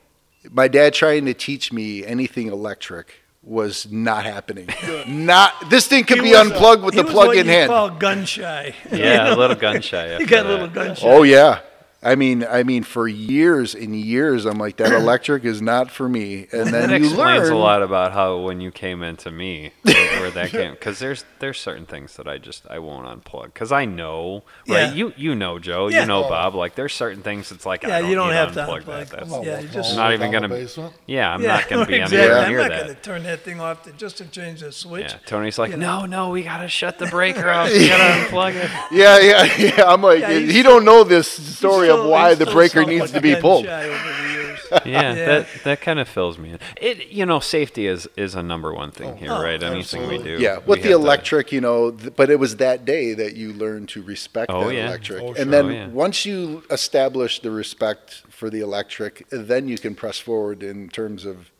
S4: my dad trying to teach me anything electric was not happening. not this thing could
S3: He
S4: be
S3: was, uh,
S4: unplugged with
S3: he
S4: the
S3: was
S4: plug
S3: what
S4: in
S3: you
S4: hand.
S3: Call gun shy.
S1: Yeah, a little gun shy.
S3: He
S1: after
S3: got a
S1: that.
S3: little gun shy.
S4: Oh yeah. I mean, I mean, for years and years, I'm like that electric is not for me, and then
S1: That
S4: you
S1: explains
S4: learn.
S1: a lot about how when you came into me where, where that came because there's there's certain things that I just I won't unplug because I know
S3: Yeah.
S1: right you you know Joe
S3: Yeah.
S1: you know Bob like there's certain things it's like
S3: Yeah,
S1: I don't
S3: you don't
S1: need
S3: have to
S1: unplug
S3: unplug.
S1: that that's
S3: Well, Yeah, you just-
S1: not even
S2: down the
S1: gonna-
S2: basement.
S1: yeah I'm
S3: Yeah,
S1: not going to be
S3: exactly.
S1: anywhere
S3: I'm
S1: near
S3: not
S1: that
S3: gonna turn that thing off to, just to change the switch.
S1: yeah Tony's like
S3: You
S1: no
S3: know.
S1: no we gotta shut the breaker off we gotta unplug it
S4: Yeah, yeah, yeah. I'm like,
S3: Yeah, he's
S4: he don't know this story
S3: Still-
S4: of why
S3: he's
S4: the
S3: still
S4: breaker
S3: somewhat
S4: needs to be
S3: gun
S4: pulled.
S3: shy over the years.
S1: yeah,
S3: Yeah.
S1: that that kind of fills me in. It you know safety is is a number one thing here,
S3: Oh,
S1: right? Anything we do.
S4: Yeah,
S1: we
S4: with the
S1: have to-
S4: electric, you know, th- but it was that day that you learned to respect
S1: Oh,
S4: that
S1: yeah.
S4: electric.
S2: Oh, sure.
S4: And then
S1: Oh, yeah.
S4: once you establish the respect for the electric, then you can press forward in terms of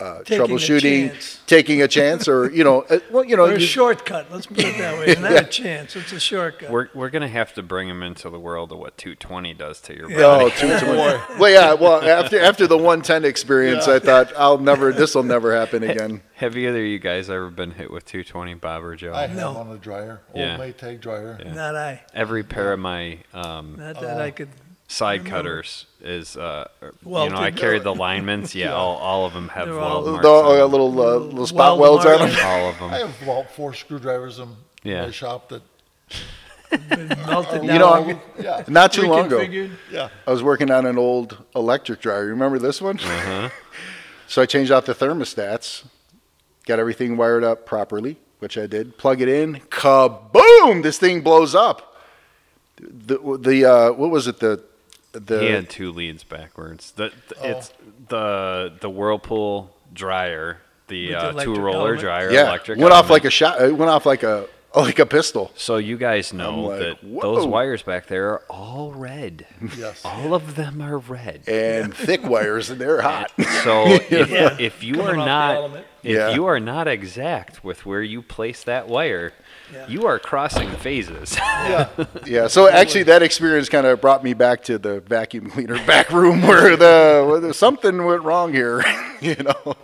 S4: uh,
S3: Taking a
S4: troubleshooting,
S3: chance.
S4: taking a chance, or you know, uh, well, you know,
S3: Or a
S4: you-
S3: shortcut. Let's put it that way. It's not a chance. It's a shortcut.
S1: We're, we're gonna have to bring him into the world of what 220 does to your
S3: oh,
S1: body.
S4: No, two to one. Well, yeah. Well, after after the one ten experience, I thought I'll never. This will never happen again.
S1: Have either of you guys ever been hit with 220, Bob or Joe?
S2: I have
S3: No.
S2: on a dryer, old
S1: Yeah.
S2: Maytag dryer.
S3: not I.
S1: Every pair of my um,
S3: Not that
S4: Oh.
S3: I could.
S1: side
S3: remember.
S1: cutters is, uh, you know,
S3: Welted.
S1: I carried the linemen's. Yeah, All, all of them have
S3: They're
S1: weld
S3: all-
S1: marks
S4: The,
S1: on
S4: uh,
S1: them.
S4: little uh, little spot
S3: Wild
S4: welds on
S3: marks.
S4: them.
S1: all of them.
S2: I have about four screwdrivers in
S1: Yeah.
S2: my shop that
S3: Been melted
S4: You know,
S3: down.
S4: I'm-
S2: yeah,
S4: not too long ago,
S3: Reconfigured.
S2: yeah.
S4: I was working on an old electric dryer. You Remember this one?
S1: Uh-huh.
S4: so I changed out the thermostats, got everything wired up properly, which I did. Plug it in, kaboom! This thing blows up. The the uh, what was it? The the
S1: he had two leads backwards. The, th- It's the the whirlpool dryer, the,
S3: With the
S1: uh, two
S3: electric
S1: roller
S3: element.
S1: dryer,
S4: yeah
S1: electric.
S4: went off
S1: element.
S4: like a shot. It went off like a like a pistol.
S1: So you guys know
S4: like,
S1: that
S4: "Whoa."
S1: those wires back there are all red.
S2: Yes.
S1: All of them are red.
S4: and thick wires and they're hot.
S1: So if,
S3: Yeah.
S1: if you
S3: Coming
S1: are
S3: off the
S1: not
S3: element.
S1: if
S4: Yeah.
S1: you are not exact with where you place that wire,
S3: Yeah.
S1: you are crossing phases.
S4: Yeah. So actually, that experience kind of brought me back to the vacuum cleaner back room where the where something went wrong here, you know.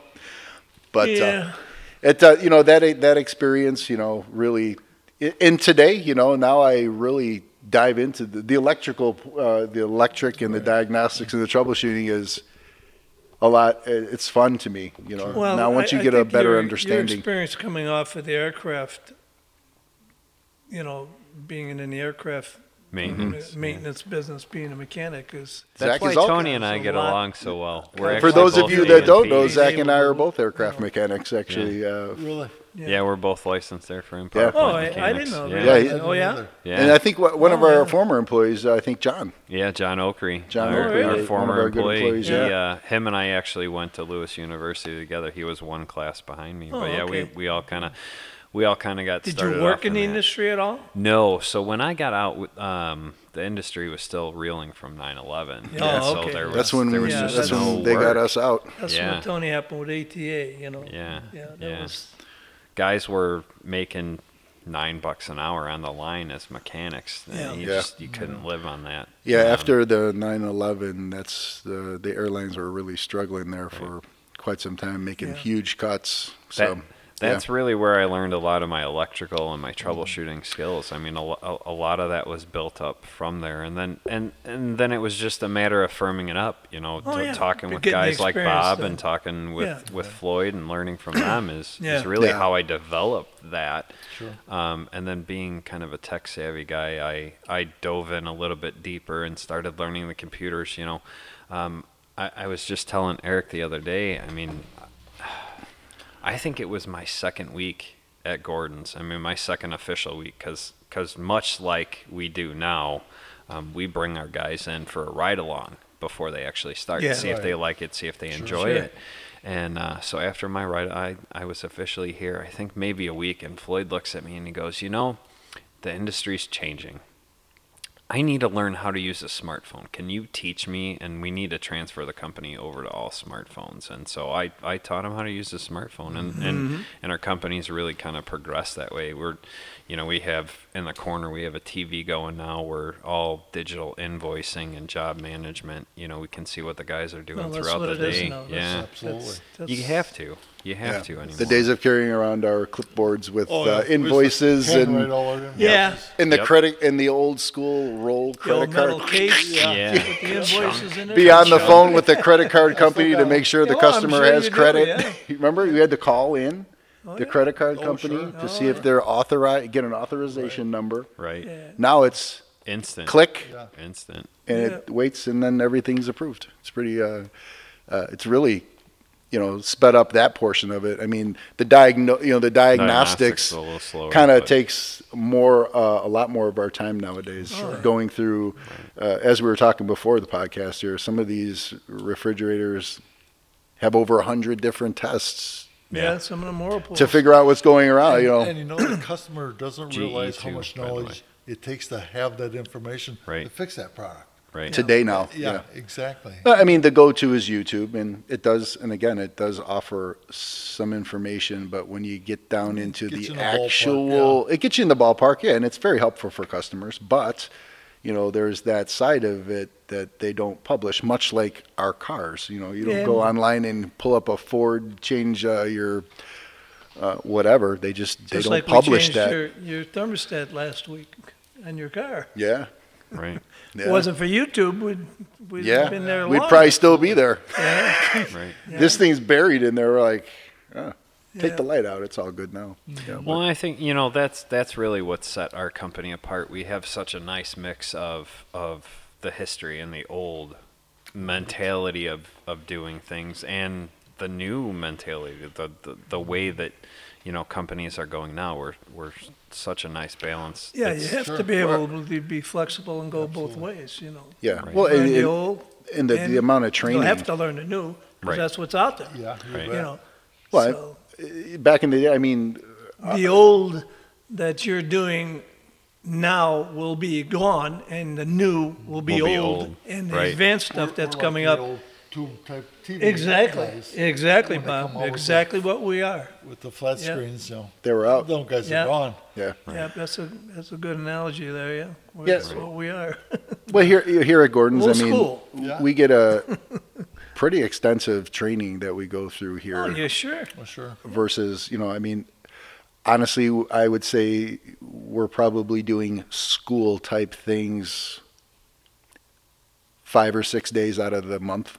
S4: But
S3: Yeah.
S4: uh, it uh, you know that that experience you know really i- and today you know now I really dive into the, the electrical uh, the electric and the diagnostics and the troubleshooting is a lot. i- It's fun to me, you know.
S3: Well,
S4: Uh, now once
S3: I-
S4: you
S3: I
S4: get a
S3: think
S4: better
S3: your- Your
S4: understanding,
S3: experience coming off of the aircraft, you know, being in an aircraft
S1: Maintenance.
S3: ma- maintenance business, being a mechanic is.
S1: That's
S4: Zach
S1: why
S4: is all-
S1: Tony and I
S3: It's a
S1: get
S3: lot.
S1: along so well. We're
S4: for
S1: actually
S4: those of
S1: both
S4: you that don't
S1: AMPs.
S4: know, Zach and I are both
S3: Yeah.
S4: aircraft mechanics. Actually, uh,
S2: Really?
S1: Yeah. we're both licensed there for import.
S4: Yeah.
S3: Oh, I, I didn't know that.
S1: Yeah,
S4: Yeah, he-
S3: oh, yeah.
S1: yeah.
S4: And I think wha- one of
S3: Oh,
S4: our
S3: yeah.
S4: former employees, uh, I think John.
S1: Yeah, John Oakry,
S4: John
S1: our,
S3: Oakry,
S1: our
S3: one of
S1: former
S4: our good
S1: employee.
S4: employees,
S1: he,
S4: yeah.
S1: uh, him and I actually went to Lewis University together. He was one class behind me,
S3: Oh,
S1: but yeah,
S3: okay.
S1: we, we all kind of we all kind of got
S3: Did
S1: started
S3: you
S1: off
S3: work in the
S1: that.
S3: industry at all?
S1: No. So when I got out, with, um, the industry was still reeling from 9/11.
S3: Yeah.
S1: and
S3: Oh,
S1: so
S3: okay.
S1: there was,
S4: That's when
S1: there was
S3: Yeah,
S1: just
S4: that's
S1: no
S4: when they got
S1: work.
S4: us out.
S3: That's
S1: Yeah.
S3: what Tony happened with ATA, you know.
S1: Yeah,
S3: Yeah, that
S1: yeah.
S3: was
S1: Guys were making nine bucks an hour on the line as mechanics. and
S3: Yeah.
S1: You,
S4: Yeah.
S1: Just, you couldn't live on that.
S4: Yeah,
S1: Um,
S4: after the 9/11, that's the the airlines were really struggling there for quite some time, making
S3: Yeah.
S4: huge cuts.
S1: That-
S4: So
S1: that's really where I learned a lot of my electrical and my troubleshooting skills. I mean, a, lo- a, a lot of that was built up from there, and then and and then it was just a matter of firming it up. You know,
S3: Oh,
S1: t-
S3: yeah.
S1: talking with
S3: Getting the
S1: guys like
S3: experience
S1: Bob
S3: to-
S1: and talking with
S3: Yeah.
S1: with Floyd and learning from them is
S3: Yeah.
S1: is really
S4: Yeah.
S1: how I developed that.
S2: Sure.
S1: Um, and then being kind of a tech savvy guy, I I dove in a little bit deeper and started learning the computers. You know, um, I, I was just telling Eric the other day. I mean, I think it was my second week at Gordon's. I mean, my second official week because much like we do now, um, we bring our guys in for a ride along before they actually start,
S3: Yeah.
S1: see if they like it, see if they enjoy
S3: Sure.
S1: it. And uh, so after my ride, I, I was officially here, I think maybe a week, and Floyd looks at me and he goes, You know, the industry's changing. I need to learn how to use a smartphone. Can you teach me? And we need to transfer the company over to all smartphones. And so I, I taught him how to use a smartphone. And,
S3: Mm-hmm.
S1: and, and our company's really kind of progressed that way. We're, you know, we have in the corner, we have a TV going now. We're all digital invoicing and job management. You know, we can see what the guys are doing
S3: Well, that's
S1: throughout
S3: what
S1: the
S3: it is
S1: day.
S3: now.
S1: yeah.
S3: That's-
S2: Absolutely.
S3: that's-
S1: You have to. You have
S4: Yeah.
S1: to anymore.
S4: The days of carrying around our clipboards with
S2: Oh, yeah.
S4: uh,
S2: Where's the
S4: invoices
S2: handwrite
S4: and
S2: all over them?
S3: Yeah.
S4: and the
S1: Yep.
S4: credit and the old school roll
S3: The old
S4: credit
S3: metal
S4: card.
S3: case.
S1: Yeah.
S3: With the invoices in it.
S4: Be on the phone with the credit card company to make sure the
S3: Yeah, well, Oh, I'm
S4: customer
S3: sure
S4: has
S3: you do,
S4: credit.
S3: yeah.
S4: You remember you had to call in
S3: Oh,
S4: the
S3: yeah.
S4: credit card
S2: Oh,
S4: company
S2: sure.
S4: to see if they're authorized, get an authorization number.
S1: right.
S3: Yeah.
S4: Now it's
S1: Instant.
S4: click
S1: Instant.
S4: and it waits and then everything's approved. It's pretty, uh, uh, it's really, you know, sped up that portion of it. I mean, the diagno, you know, the diagnostics,
S1: Diagnostics a little slower,
S4: kind of
S1: but-
S4: takes more, uh, a lot more of our time nowadays.
S2: Oh,
S4: Going through, uh, as we were talking before the podcast here, some of these refrigerators have over a hundred different tests
S1: Yeah.
S3: Yeah, some of them were pulls.
S4: to figure out what's going around. Oh, you know,
S2: And you know, the customer doesn't
S1: GE
S2: realize how
S1: too,
S2: much
S1: by the way.
S2: knowledge it takes to have that information
S1: Right.
S2: to fix that product.
S1: Right.
S4: today now.
S2: Yeah, exactly.
S4: Uh, I mean, the go-to is YouTube, and it does. And again, it does offer some information, but when you get down into
S2: Gets
S4: the
S2: you in the ballpark,
S4: actual, it gets you in the ballpark, yeah, and it's very helpful for customers. But you know, there's that side of it that they don't publish, much like our cars. You know, you don't
S3: Yeah.
S4: go online and pull up a Ford, change uh, your uh, whatever. They just, they
S3: Just
S4: don't
S3: like we
S4: publish
S3: changed
S4: that.
S3: Your, your thermostat last week on your car.
S4: yeah,
S1: Right.
S4: yeah.
S3: It wasn't for YouTube, we'd, we'd
S4: yeah,
S3: been there
S4: we'd
S3: long.
S4: probably still be there.
S1: Right.
S4: This thing's buried in there. We're like, oh, take
S3: Yeah. Mm-hmm.
S4: the light out. It's all good now. Yeah,
S1: Well, I think you know that's that's really what set our company apart. We have such a nice mix of of the history and the old mentality of of doing things and the new mentality, the the, the way that you know companies are going now. We're we're such a nice balance.
S3: Yeah,
S1: It's-
S3: you have to be able to be flexible and go both ways, you know.
S4: Yeah. Well,
S3: Learn
S4: and,
S3: the
S4: and,
S3: old,
S4: and the,
S3: and
S4: the amount of
S3: You'll
S4: training.
S3: have to learn the new, 'cause
S1: Right.
S3: that's what's out there.
S2: Yeah. you
S1: Right.
S3: You
S2: bet.
S3: know,
S4: Well,
S3: so
S4: Uh, Back in the day, I mean,
S1: Uh,
S3: the old that you're doing now will be gone, and the new will be,
S1: Will be
S3: old,
S1: old,
S3: and the
S1: right.
S3: advanced
S2: We're-
S3: stuff that's
S2: we're like
S3: coming
S2: the
S3: up.
S2: old tube type TV
S3: Exactly,
S2: guys
S3: exactly,
S2: when they
S3: Bob.
S2: come out with the-
S3: Exactly what we are.
S2: With the flat
S3: Yeah.
S2: screens, you know.
S4: they were out.
S2: Those guys
S3: Yeah.
S2: are gone.
S4: Yeah.
S3: Yeah, that's a that's a good analogy there. Yeah, We're-
S4: Yeah.
S3: that's what we are.
S4: Well, here, here at Gordon's,
S3: Old
S4: I mean,
S3: school.
S2: Yeah.
S4: we get a pretty extensive training that we go through here.
S3: oh, yeah, sure.
S2: Well, sure.
S4: versus you know i mean honestly i would say we're probably doing school type things five or six days out of the month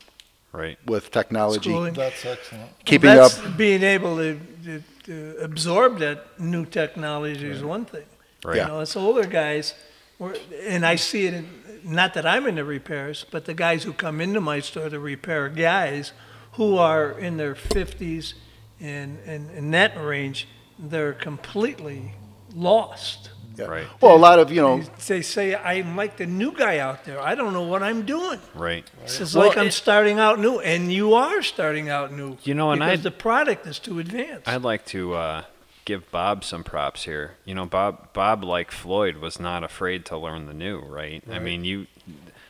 S1: Right.
S4: with technology
S3: Schooling.
S2: That's excellent.
S4: keeping
S3: well,
S4: up
S3: that's being able to, to, to absorb that new technology is one thing.
S1: Right.
S4: Yeah.
S3: You know, it's older guys, we're, and I see it. In, not that I'm into repairs, but the guys who come into my store to repair guys who are in their 50s and and in that range, they're completely lost.
S4: Yeah.
S1: Right.
S4: well a lot of you know
S3: They say I'm like the new guy out there. I don't know what I'm doing.
S1: Right.
S3: It's just
S4: Well,
S3: like I'm
S4: it-
S3: starting out new, and you are starting out new.
S1: You know, and
S3: because
S1: I-
S3: the product is too advanced.
S1: I'd like to uh, give Bob some props here. You know, Bob Bob like Floyd was not afraid to learn the new, right? I mean, you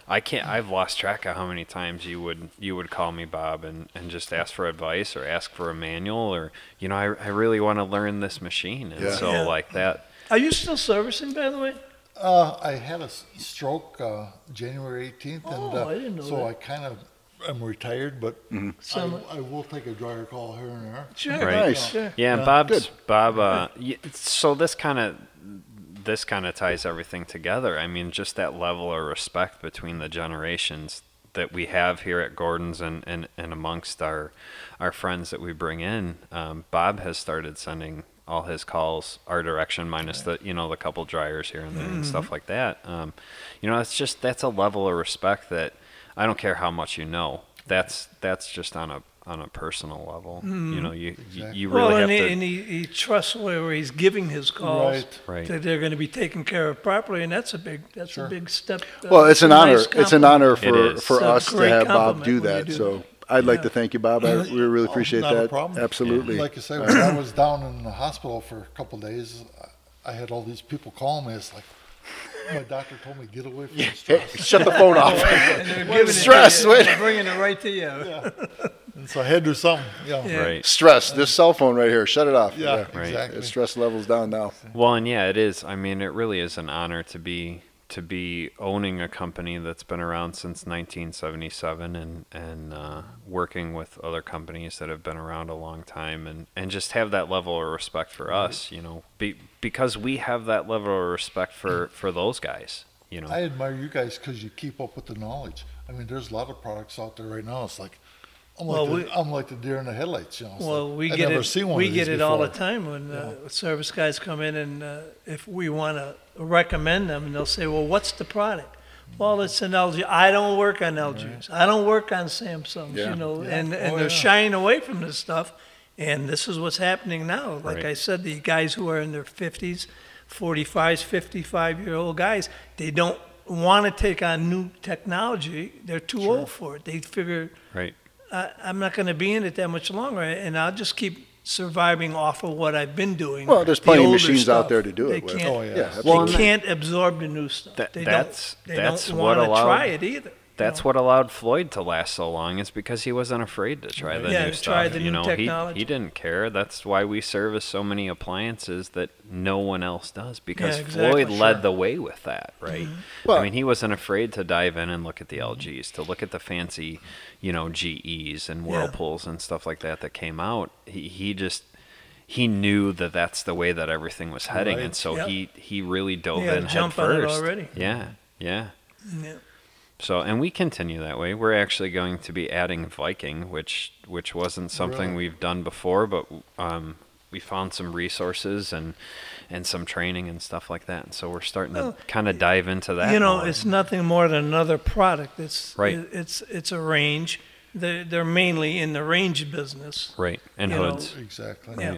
S1: I can't I've lost track of how many times you would you would call me Bob and, and just ask for advice or ask for a manual or you know, I, I really want to learn this machine. And
S4: Yeah.
S1: so
S3: Yeah.
S1: like that
S3: Are you still servicing, by the way?
S2: Uh, I had a s- stroke uh, January 18th, and
S3: Oh,
S2: uh,
S3: I didn't know
S2: so
S3: that.
S2: I kind of am retired, but
S3: Some-
S2: I, I will take a dryer call here and there.
S3: Sure.
S1: Right.
S4: Nice.
S3: Sure.
S1: Yeah, and
S4: Yeah.
S1: Bob's
S4: Good.
S1: Bob. Uh, y- so this kind of this kind of ties everything together. I mean, just that level of respect between the generations that we have here at Gordon's and, and, and amongst our our friends that we bring in. Um, Bob has started sending all his calls our direction, minus the you know the couple dryers here and there and
S3: Mm-hmm.
S1: stuff like that. Um, you know, it's just that's a level of respect that I don't care how much you know. That's that's just on a on a personal level. You know, you you- you really
S3: Mm-hmm. Well,
S1: have
S3: and,
S1: to.
S3: he, and he, he trusts where he's giving his calls
S2: Right.
S1: Right.
S3: that they're going to be taken care of properly, and that's a big that's
S2: Sure.
S3: a big step. uh,
S4: Well, it's
S3: a
S4: an
S3: nice
S4: honor. It's an
S3: compliment.
S4: honor
S1: It
S4: for,
S1: is.
S4: for
S3: It's a
S4: us to
S3: great
S4: have Bob
S3: compliment
S4: do
S3: when you
S4: that.
S3: do
S4: So
S3: that.
S4: I'd like
S3: Yeah.
S4: to thank you, Bob. I we really appreciate
S2: Oh, Not a
S4: that.
S2: problem.
S4: Absolutely.
S2: Like you said, when I was down in the hospital for a couple of days, I- I had all these people calling me. It's like, my doctor told me, get away from the
S4: Hey,
S2: stress.
S4: shut the phone off.
S3: And they're giving
S4: Stress,
S3: It to you.
S4: wait.
S3: They're bringing it right to you.
S2: And so I had to do something, yeah.
S3: Yeah.
S1: Right.
S4: Stress. This cell phone right here. Shut it off.
S2: Yeah,
S1: Right.
S4: The
S2: exactly.
S4: stress level's down now.
S1: Well, and yeah, it is. I mean, it really is an honor to be to be owning a company that's been around since 1977 and and uh, working with other companies that have been around a long time and and just have that level of respect for us, you know, be, because we have that level of respect for for those guys, you know.
S2: I admire you guys because you keep up with the knowledge. I mean, there's a lot of products out there right now. It's like, I'm
S3: Well,
S2: like,
S3: we-
S2: the, I'm like the deer in the headlights, you know. It's
S3: Well,
S2: like,
S3: we
S2: I
S3: get
S2: never
S3: it.
S2: seen one
S3: we
S2: of
S3: get
S2: these
S3: it all the
S2: before.
S3: time when uh, service guys come in, and uh, if we want to recommend them, and they'll say, "Well, what's the product?" Well, it's an LG. I don't work on LGs. I don't work on Samsungs.
S4: Yeah.
S3: You know,
S2: Yeah.
S3: and and
S2: Oh,
S3: they're
S2: yeah.
S3: shying away from this stuff. And this is what's happening now. Like
S1: Right.
S3: I said, the guys who are in their fifties, forty-fives, fifty-five-year-old guys, they don't want to take on new technology. They're too old for it. They figure
S1: Right.
S3: I, I'm not going to be in it that much longer, and I'll just keep surviving off of what I've been doing.
S4: Well, there's
S3: the
S4: plenty of
S3: older
S4: machines out
S3: stuff.
S4: there to do
S3: they
S4: it with.
S3: Can't,
S2: Oh, yeah.
S4: Yeah,
S3: They
S1: Well, and that-
S3: can't absorb the new stuff.
S1: That-
S3: they
S1: that's-
S3: don't, they
S1: that's
S3: don't
S1: what
S3: want to
S1: allowed-
S3: try it either. you
S1: That's
S3: know.
S1: what allowed Floyd to last so long. Is because he wasn't afraid to try the
S3: Yeah,
S1: new
S3: to
S1: stuff.
S3: try the
S1: you
S3: new
S1: know,
S3: technology.
S1: He, he didn't care. That's why we service so many appliances that no one else does. Because
S3: Yeah, exactly,
S1: Floyd
S3: sure. Mm-hmm.
S1: led the way with that, right?
S4: Well-
S1: I mean, he wasn't afraid to dive in and look at the LGs, to look at the fancy, you know, GEs and Whirlpools and stuff like that that came out. He he just he knew that that's the way that everything was heading,
S2: Right.
S1: and so
S3: Yep.
S1: he he really dove
S3: Yeah,
S1: in head
S3: jump on it
S1: first.
S3: already.
S1: Yeah, yeah.
S3: Yeah.
S1: So, and we continue that way. We're actually going to be adding Viking, which which wasn't something
S2: Really?
S1: we've done before, but um, we found some resources and and some training and stuff like that. And so we're starting
S3: Well,
S1: to kind of dive into that.
S3: you know,
S1: more.
S3: it's nothing more than another product. It's
S1: Right.
S3: it- It's it's a range. They're, they're mainly in the range business.
S1: right and
S3: you know,
S1: hoods.
S2: Exactly.
S3: Yeah.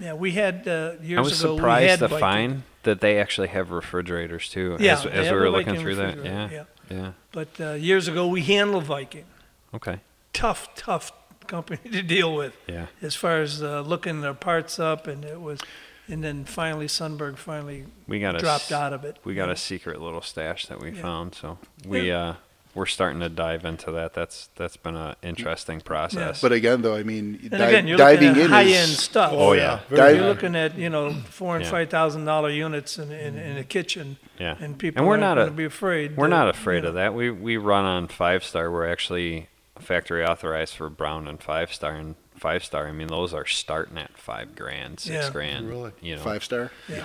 S3: Yeah, we had uh, years
S1: I was
S3: ago. we
S1: surprised
S3: had
S1: to
S3: Viking.
S1: find that they actually have refrigerators too.
S3: Yeah,
S1: as,
S3: they
S1: as
S3: have
S1: we
S3: a
S1: were looking
S3: Viking
S1: through that, yeah,
S3: refrigerator,
S1: yeah,
S3: But uh, years ago, we handled Viking.
S1: okay,
S3: tough, tough company to deal with
S1: yeah,
S3: as far as uh, looking their parts up, and it was, and then finally Sunberg finally
S1: we got a
S3: dropped
S1: s-
S3: out of it.
S1: we got a secret little stash that we
S3: Yeah.
S1: found so we uh we're starting to dive into that that's that's been an interesting process
S4: But again, though, I mean,
S3: And
S4: di-
S3: again, you're
S4: diving
S3: looking at
S4: in
S3: high end
S4: is
S3: stuff.
S1: Oh, yeah.
S2: Very
S3: You're
S4: Dive-
S2: good.
S3: looking at you know four and
S1: Yeah.
S3: five thousand dollar units in, in, in a kitchen,
S1: Yeah.
S3: and people
S1: And we're
S3: aren't
S1: not a-
S3: going to be afraid.
S1: we're
S3: that,
S1: not
S3: you
S1: afraid
S3: know,
S1: of that we we run on five star we're actually factory authorized for brown and five star and five star i mean those are starting at five grand six
S3: Yeah.
S1: grand
S2: Really?
S1: you know
S4: five star.
S3: Yeah.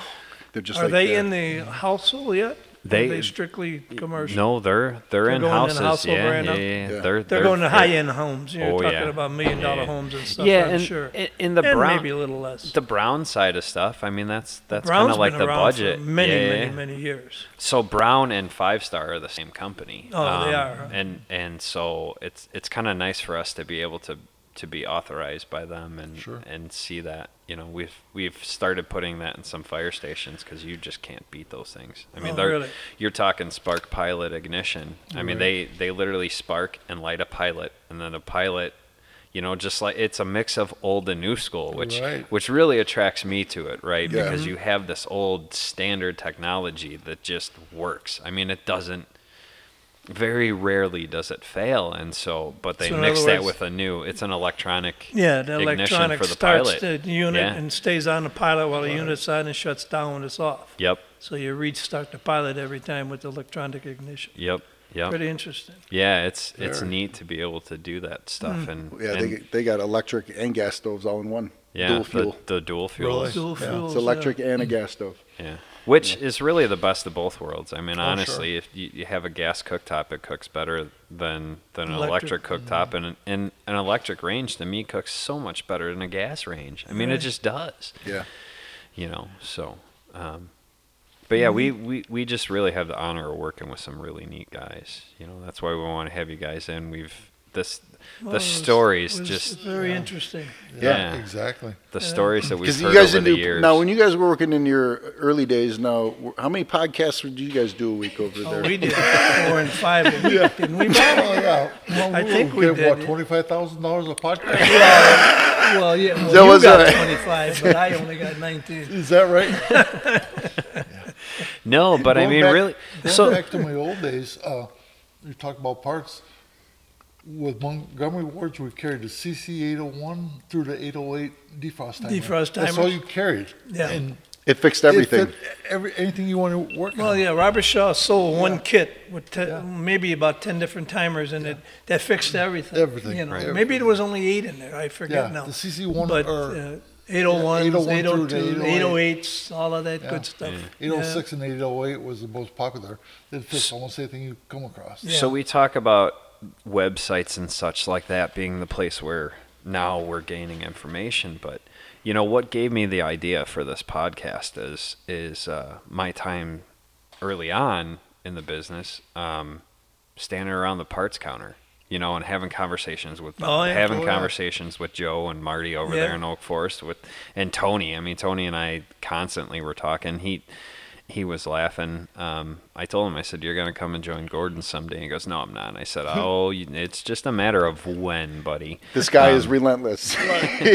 S4: They're just
S3: Are
S4: like
S3: they
S4: the-
S3: in the household yet? Are
S1: They-
S3: they strictly commercial.
S1: no they're they're,
S3: They're
S1: in
S3: going in
S1: houses
S3: household
S1: yeah,
S3: brand
S1: yeah,
S3: now?
S1: yeah,
S4: Yeah.
S1: They're,
S3: They're going to high end homes. You're
S1: Oh,
S3: talking
S1: yeah.
S3: about million dollar
S1: Yeah.
S3: homes and stuff.
S1: yeah
S3: I'm
S1: and
S3: sure.
S1: i- in the
S3: and
S1: brown
S3: maybe a little less.
S1: the brown side of stuff i mean that's that's kind
S3: Brown's
S1: of like
S3: been
S1: the
S3: around
S1: budget
S3: for many,
S1: Yeah, yeah, yeah.
S3: many, many years.
S1: So Brown and Five Star are the same company. Um,
S3: Oh, they are, huh?
S1: And and so it's it's kind of nice for us to be able to to be authorized by them and
S2: Sure.
S1: and see that you know we've we've started putting that in some fire stations because you just can't beat those things. I mean,
S3: Oh,
S1: they're
S3: really?
S1: you're talking spark pilot ignition. I mean, they they literally spark and light a pilot, and then a pilot. You know, just like it's a mix of old and new school, which
S2: Right.
S1: which really attracts me to it, right?
S4: Yeah.
S3: Mm-hmm.
S1: Because you have this old standard technology that just works. I mean, it doesn't. Very rarely does it fail, and so but they
S3: So in
S1: mix
S3: other
S1: that
S3: words-
S1: with a new. It's an electronic.
S3: Yeah, the
S1: ignition
S3: electronic
S1: for the
S3: starts
S1: pilot.
S3: the unit
S1: Yeah.
S3: and stays on the pilot while the unit's on and shuts down when it's off.
S1: Yep.
S3: So you restart the pilot every time with the electronic ignition.
S1: Yep. Yep.
S3: Pretty interesting.
S1: Yeah, it's it's
S2: Very.
S1: neat to be able to do that stuff
S3: Mm.
S1: and
S4: Yeah,
S1: and-
S4: they, they got electric and gas stoves all in one.
S1: yeah
S4: dual
S1: the,
S4: fuel.
S1: the dual fuels.
S2: Really?
S3: Dual
S2: Yeah.
S3: fuels. uh,
S4: It's
S3: yeah.
S4: electric and a gas stove.
S1: Yeah, which is really the best of both worlds. I mean,
S2: Oh,
S1: honestly, if you, you have a gas cooktop, it cooks better than than an
S3: Electric.
S1: electric, cooktop, and, an- and an electric range to me cooks so much better than a gas range. I mean,
S3: Right.
S1: it just does.
S4: Yeah.
S1: You know, so. Um, but yeah, we, we, we just really have the honor of working with some really neat guys. You know, that's why we want to have you guys in. We've this
S3: Well,
S1: the
S3: it was-
S1: stories
S3: it was
S1: just
S3: oh, Very interesting.
S1: Yeah.
S2: Exactly.
S1: the stories that we've
S4: Because
S1: heard
S4: you guys
S1: over the
S4: didn't do-
S1: years.
S4: now when you guys were working in your early days. Now, wh- how many podcasts did you guys do a week over
S3: Oh,
S4: there?
S3: we did four and five, didn't we? Bob?
S2: Oh, yeah. Well,
S3: I think we
S2: get, What,
S3: did.
S2: twenty-five thousand dollars a podcast?
S3: Well, yeah, well,
S4: There
S3: you
S4: was
S3: got
S4: a-
S3: 25, but I only got 19.
S2: Is that right?
S1: no, but I
S2: Going
S1: mean,
S2: back-
S1: really.
S2: Going
S1: So
S2: back to my old days, uh, you talk about parts. With Montgomery Wards, we carried the CC 801 through the 808 defrost timer.
S3: Defrost
S2: That's
S3: timers.
S2: all you carried.
S3: Yeah.
S2: And it
S4: It fixed everything.
S2: fit every, anything you want to work
S3: Well,
S2: on.
S3: yeah, Robert Shaw sold one kit with te-
S2: Yeah.
S3: maybe about 10 different timers in it that fixed everything.
S2: Everything,
S3: You know,
S2: right.
S3: Maybe there was only eight in there. I forget
S2: Yeah,
S3: now.
S2: the CC1
S3: but,
S2: or-
S3: uh, 801s,
S2: 801 through
S3: 802s,
S2: the
S3: 808s, all of that
S2: Yeah.
S3: good stuff.
S2: 806 and 808 was the most popular. It fits almost anything you come across.
S3: Yeah.
S1: so we talk about websites and such like that being the place where now we're gaining information, but you know what gave me the idea for this podcast is is uh, my time early on in the business um, standing around the parts counter, you know, and having conversations with Bob,
S3: Oh, yeah.
S1: having
S3: Oh, yeah.
S1: conversations with Joe and Marty over
S3: Yeah.
S1: there in Oak Forest with and Tony. I mean, Tony and I constantly were talking. He he was laughing. Um, I told him, I said, "You're gonna come and join Gordon someday." He goes, "No, I'm not." And I said, "Oh, you, it's just a matter of when, buddy."
S4: This guy
S1: Um,
S4: is relentless.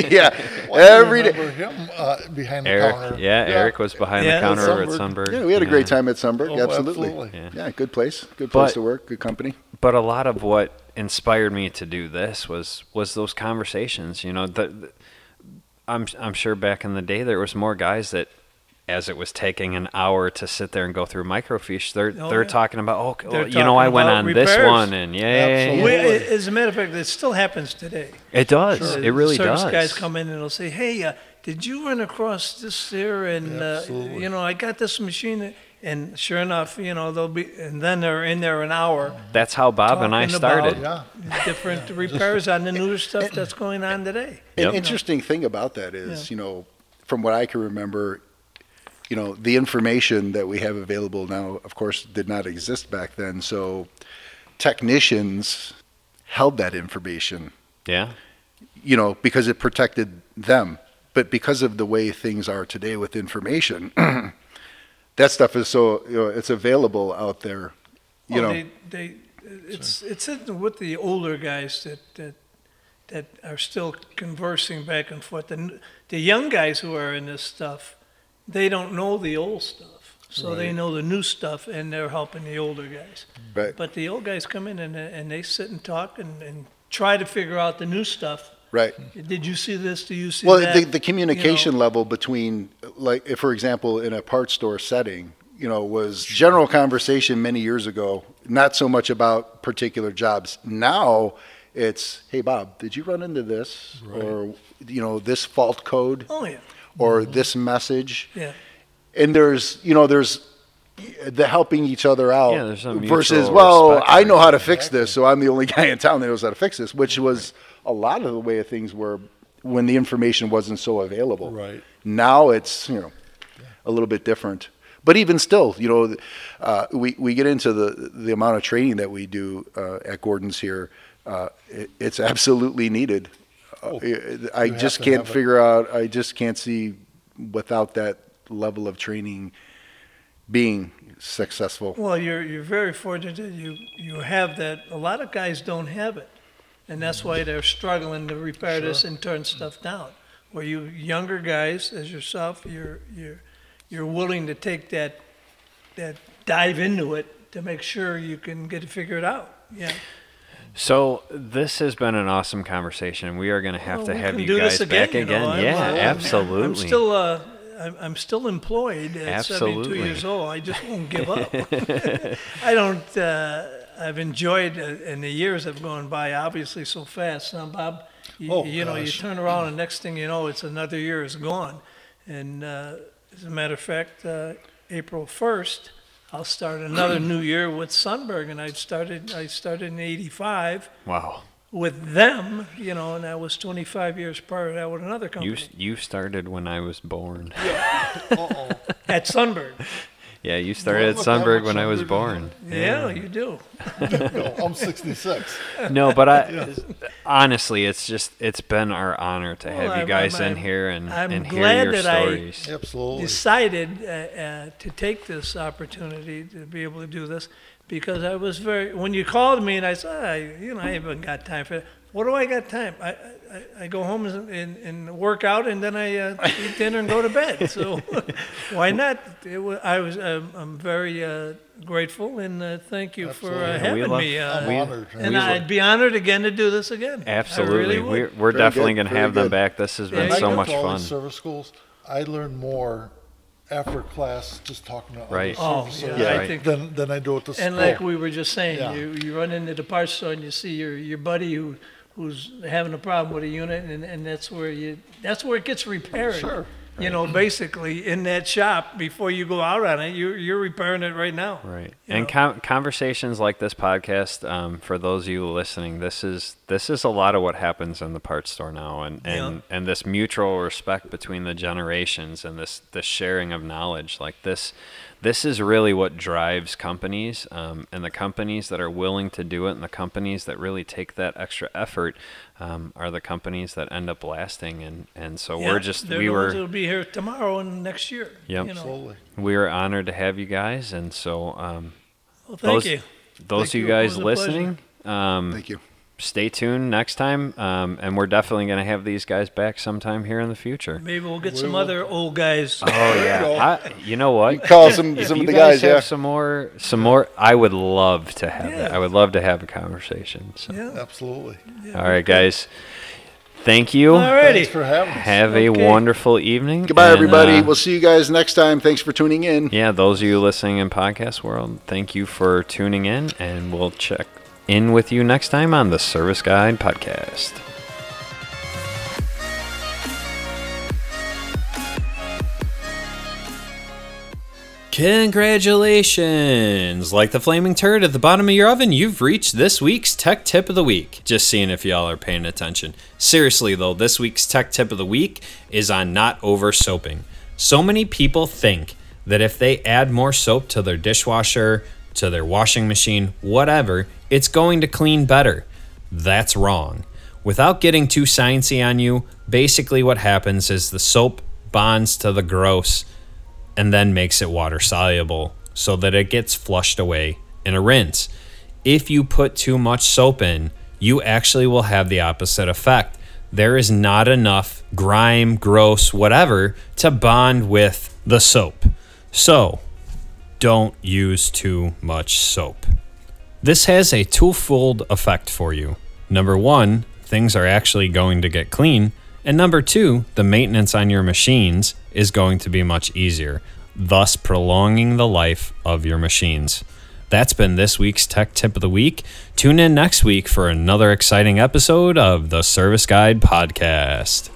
S4: yeah, every day.
S2: remember him uh, behind the
S1: Eric,
S2: counter.
S1: yeah, Eric was behind
S3: Yeah,
S1: the counter over at
S2: Sunberg.
S1: Sunberg.
S4: Yeah, we had a great time at Sunberg.
S2: Oh,
S4: absolutely.
S2: absolutely.
S1: Yeah.
S4: Yeah. good place. Good place
S1: But-
S4: to work. Good company.
S1: but a lot of what inspired me to do this was was those conversations. You know, the, the- I'm I'm sure back in the day there was more guys that, as it was taking an hour to sit there and go through microfiche, they're
S3: Oh,
S1: they're
S3: yeah.
S1: talking about oh
S3: They're
S1: you know I
S3: talking
S1: went
S3: about
S1: on this
S3: repairs.
S1: one and yeah, yeah, yeah,
S2: Absolutely.
S1: yeah.
S3: We,
S2: Lord.
S3: as a matter of fact, it still happens today.
S1: it does it really
S3: service
S1: does.
S3: guys come in and they'll say, "Hey, uh, did you run across this there?" And uh,
S2: Absolutely.
S3: you know, I got this machine, and sure enough, you know, they'll be, and then they're in there an hour
S1: That's how Bob and I
S3: Talking
S1: started.
S3: about-
S2: Yeah.
S3: different repairs on the newer stuff that's going on today.
S1: Yep.
S4: An interesting thing about that is, you know, from what I can remember, you know, the information that we have available now, of course, did not exist back then. So technicians held that information
S1: Yeah,
S4: you know, because it protected them. But because of the way things are today with information, that stuff is so you know, it's available out there. You
S3: Well,
S4: know,
S3: they, they, it's it's in with the older guys that that that are still conversing back and forth. The n- the young guys who are in this stuff, they don't know the old stuff, so they know the new stuff, and they're helping the older guys.
S4: right,
S3: But the old guys come in and and they sit and talk and, and try to figure out the new stuff.
S4: right.
S3: Did you see this? Do you see
S4: Well,
S3: that?
S4: the, the communication level between, like, if for example, in a parts store setting, you know, was general conversation many years ago, not so much about particular jobs. Now it's, hey, Bob, did you run into this? Or, you know, this fault code
S3: Oh yeah,
S1: Mm-hmm.
S4: or this message?
S3: yeah.
S4: and there's you know there's the helping each other out
S1: Yeah, there's a mutual
S4: versus well
S1: respect
S4: I
S1: for
S4: know how to fix this so I'm the only guy in town that knows how to fix this which was a lot of the way things were when the information wasn't so available
S2: Right.
S4: now it's you know a little bit different but even still you know uh, we we get into the the amount of training that we do uh, at Gordon's here uh, it, it's absolutely needed Uh,
S2: Oh,
S4: I
S2: you have
S4: just
S2: to
S4: can't
S2: have it.
S4: figure out. I just can't see without that level of training being successful.
S3: Well, you're you're very fortunate that you you have that. A lot of guys don't have it, and that's why they're struggling to repair this and turn stuff down. Where you younger guys, as yourself, you're you're you're willing to take that that dive into it to make sure you can get it figured out. Yeah,
S1: So this has been an awesome conversation, and we are going to have
S3: Well,
S1: to
S3: we
S1: have
S3: can
S1: you
S3: do
S1: guys
S3: this
S1: back
S3: you know,
S1: again.
S3: I'm,
S1: yeah,
S3: uh, I'm-
S1: absolutely.
S3: I'm still uh, I'm, I'm still employed at 72
S1: Absolutely.
S3: years old. I just won't give up. I don't. Uh, I've enjoyed, uh, and the years have gone by obviously so fast. Now, Bob, you,
S2: Oh,
S3: you know, you
S2: gosh.
S3: turn around, and next thing you know, it's another year is gone. And uh, as a matter of fact, uh, April 1st, I'll start another new year with Sunberg, and I started. I started in '85
S1: wow,
S3: with them, you know, and I was 25 years prior to that with another company
S1: you you started when I was born.
S2: Uh-oh.
S3: at Sunburn.
S1: Yeah, you started at
S2: look, I
S1: Sunberg
S2: watched
S1: when I was
S2: Sunberg.
S1: born.
S3: Yeah, you do.
S2: No, I'm 66.
S1: No, but I honestly, it's just it's been our honor to
S3: Well,
S1: have you
S3: I'm-
S1: guys
S3: I'm-
S1: in here and,
S3: I'm
S1: and
S3: glad
S1: hear your
S3: that I-
S1: stories.
S2: Absolutely.
S3: decided uh, uh, to take this opportunity to be able to do this because I was very. When you called me and I said, I, you know, I haven't got time for. It. What do I got time? I, I- I, I go home and, and, and work out and then I uh, eat dinner and go to bed. So why not? It was, I was. I'm, I'm very uh, grateful and uh, thank you for uh,
S2: Absolutely.
S1: We
S3: having
S1: love-
S3: me. Uh,
S2: I'm
S1: we-
S2: honored.
S3: and
S1: we love-
S3: I'd be honored again to do this again. I
S1: Absolutely,
S3: really would.
S1: we're we're
S4: Very
S1: definitely
S4: good,
S1: gonna
S4: very
S1: have them
S4: good.
S1: back. This has
S3: Yeah,
S1: been
S3: you
S1: so
S3: can
S1: much
S2: all
S1: fun.
S2: these service schools, I learned more after class just talking to
S1: Right.
S3: Oh,
S2: other service
S3: yeah,
S2: areas
S1: Yeah,
S3: I
S1: right.
S3: think
S2: than, than I do at the
S3: And
S2: school.
S3: like
S1: Oh.
S3: we were just saying,
S2: Yeah.
S3: you, you run into the parts store and you see your, your buddy who who's having a problem with a unit, and, and that's where you that's where it gets repaired.
S2: Sure.
S3: You know, basically in that shop before you go out on it, you you're repairing it right now.
S1: Right.
S3: You
S1: and
S3: know?
S1: con conversations like this podcast, um, for those of you listening, this is this is a lot of what happens in the parts store now, and and, and this mutual respect between the generations and this this sharing of knowledge, like this, this is really what drives companies, um, and the companies that are willing to do it, and the companies that really take that extra effort, um, are the companies that end up lasting, and and so
S3: Yeah,
S1: we're just
S3: they're
S1: we
S3: the
S1: were
S3: ones that'll be here tomorrow and next year.
S1: Yep.
S3: You know.
S2: Absolutely.
S1: we are honored to have you guys, and so. Um,
S3: Well, thank
S1: those,
S3: you.
S1: Those
S3: Thank
S1: of you
S3: you.
S1: guys
S3: It was a pleasure.
S1: listening, um,
S4: Thank you.
S1: stay tuned next time. Um, and we're definitely going to have these guys back sometime here in the future.
S3: Maybe we'll get
S2: We
S3: some
S2: will.
S3: other old guys.
S1: Oh yeah, I, you know what?
S4: Call some
S1: If
S4: some
S1: you
S4: of the
S1: guys,
S4: guys.
S1: have
S4: yeah.
S1: some more, some more. I would love to have it.
S3: Yeah.
S1: I would love to have a conversation. So.
S3: Yeah.
S2: Absolutely.
S1: All right, guys. Thank you.
S3: Alrighty.
S2: Thanks for having us.
S1: Have a
S3: Okay.
S1: wonderful evening.
S4: Goodbye,
S1: and,
S4: everybody.
S1: uh,
S4: we'll see you guys next time. Thanks for tuning in.
S1: yeah, those of you listening in podcast world, thank you for tuning in, and we'll check in with you next time on the Service Guide Podcast. Congratulations! Like the flaming turd at the bottom of your oven, you've reached this week's tech tip of the week. Just seeing if y'all are paying attention. Seriously, though, this week's tech tip of the week is on not over soaping. So many people think that if they add more soap to their dishwasher, to their washing machine, whatever, it's going to clean better. That's wrong. Without getting too sciencey on you, basically what happens is the soap bonds to the gross and then makes it water soluble so that it gets flushed away in a rinse. If you put too much soap in, you actually will have the opposite effect. There is not enough grime, gross, whatever to bond with the soap. So, don't use too much soap. This has a twofold effect for you. Number one, things are actually going to get clean. And number two, the maintenance on your machines is going to be much easier, thus prolonging the life of your machines. That's been this week's Tech Tip of the Week. Tune in next week for another exciting episode of the Service Guide Podcast.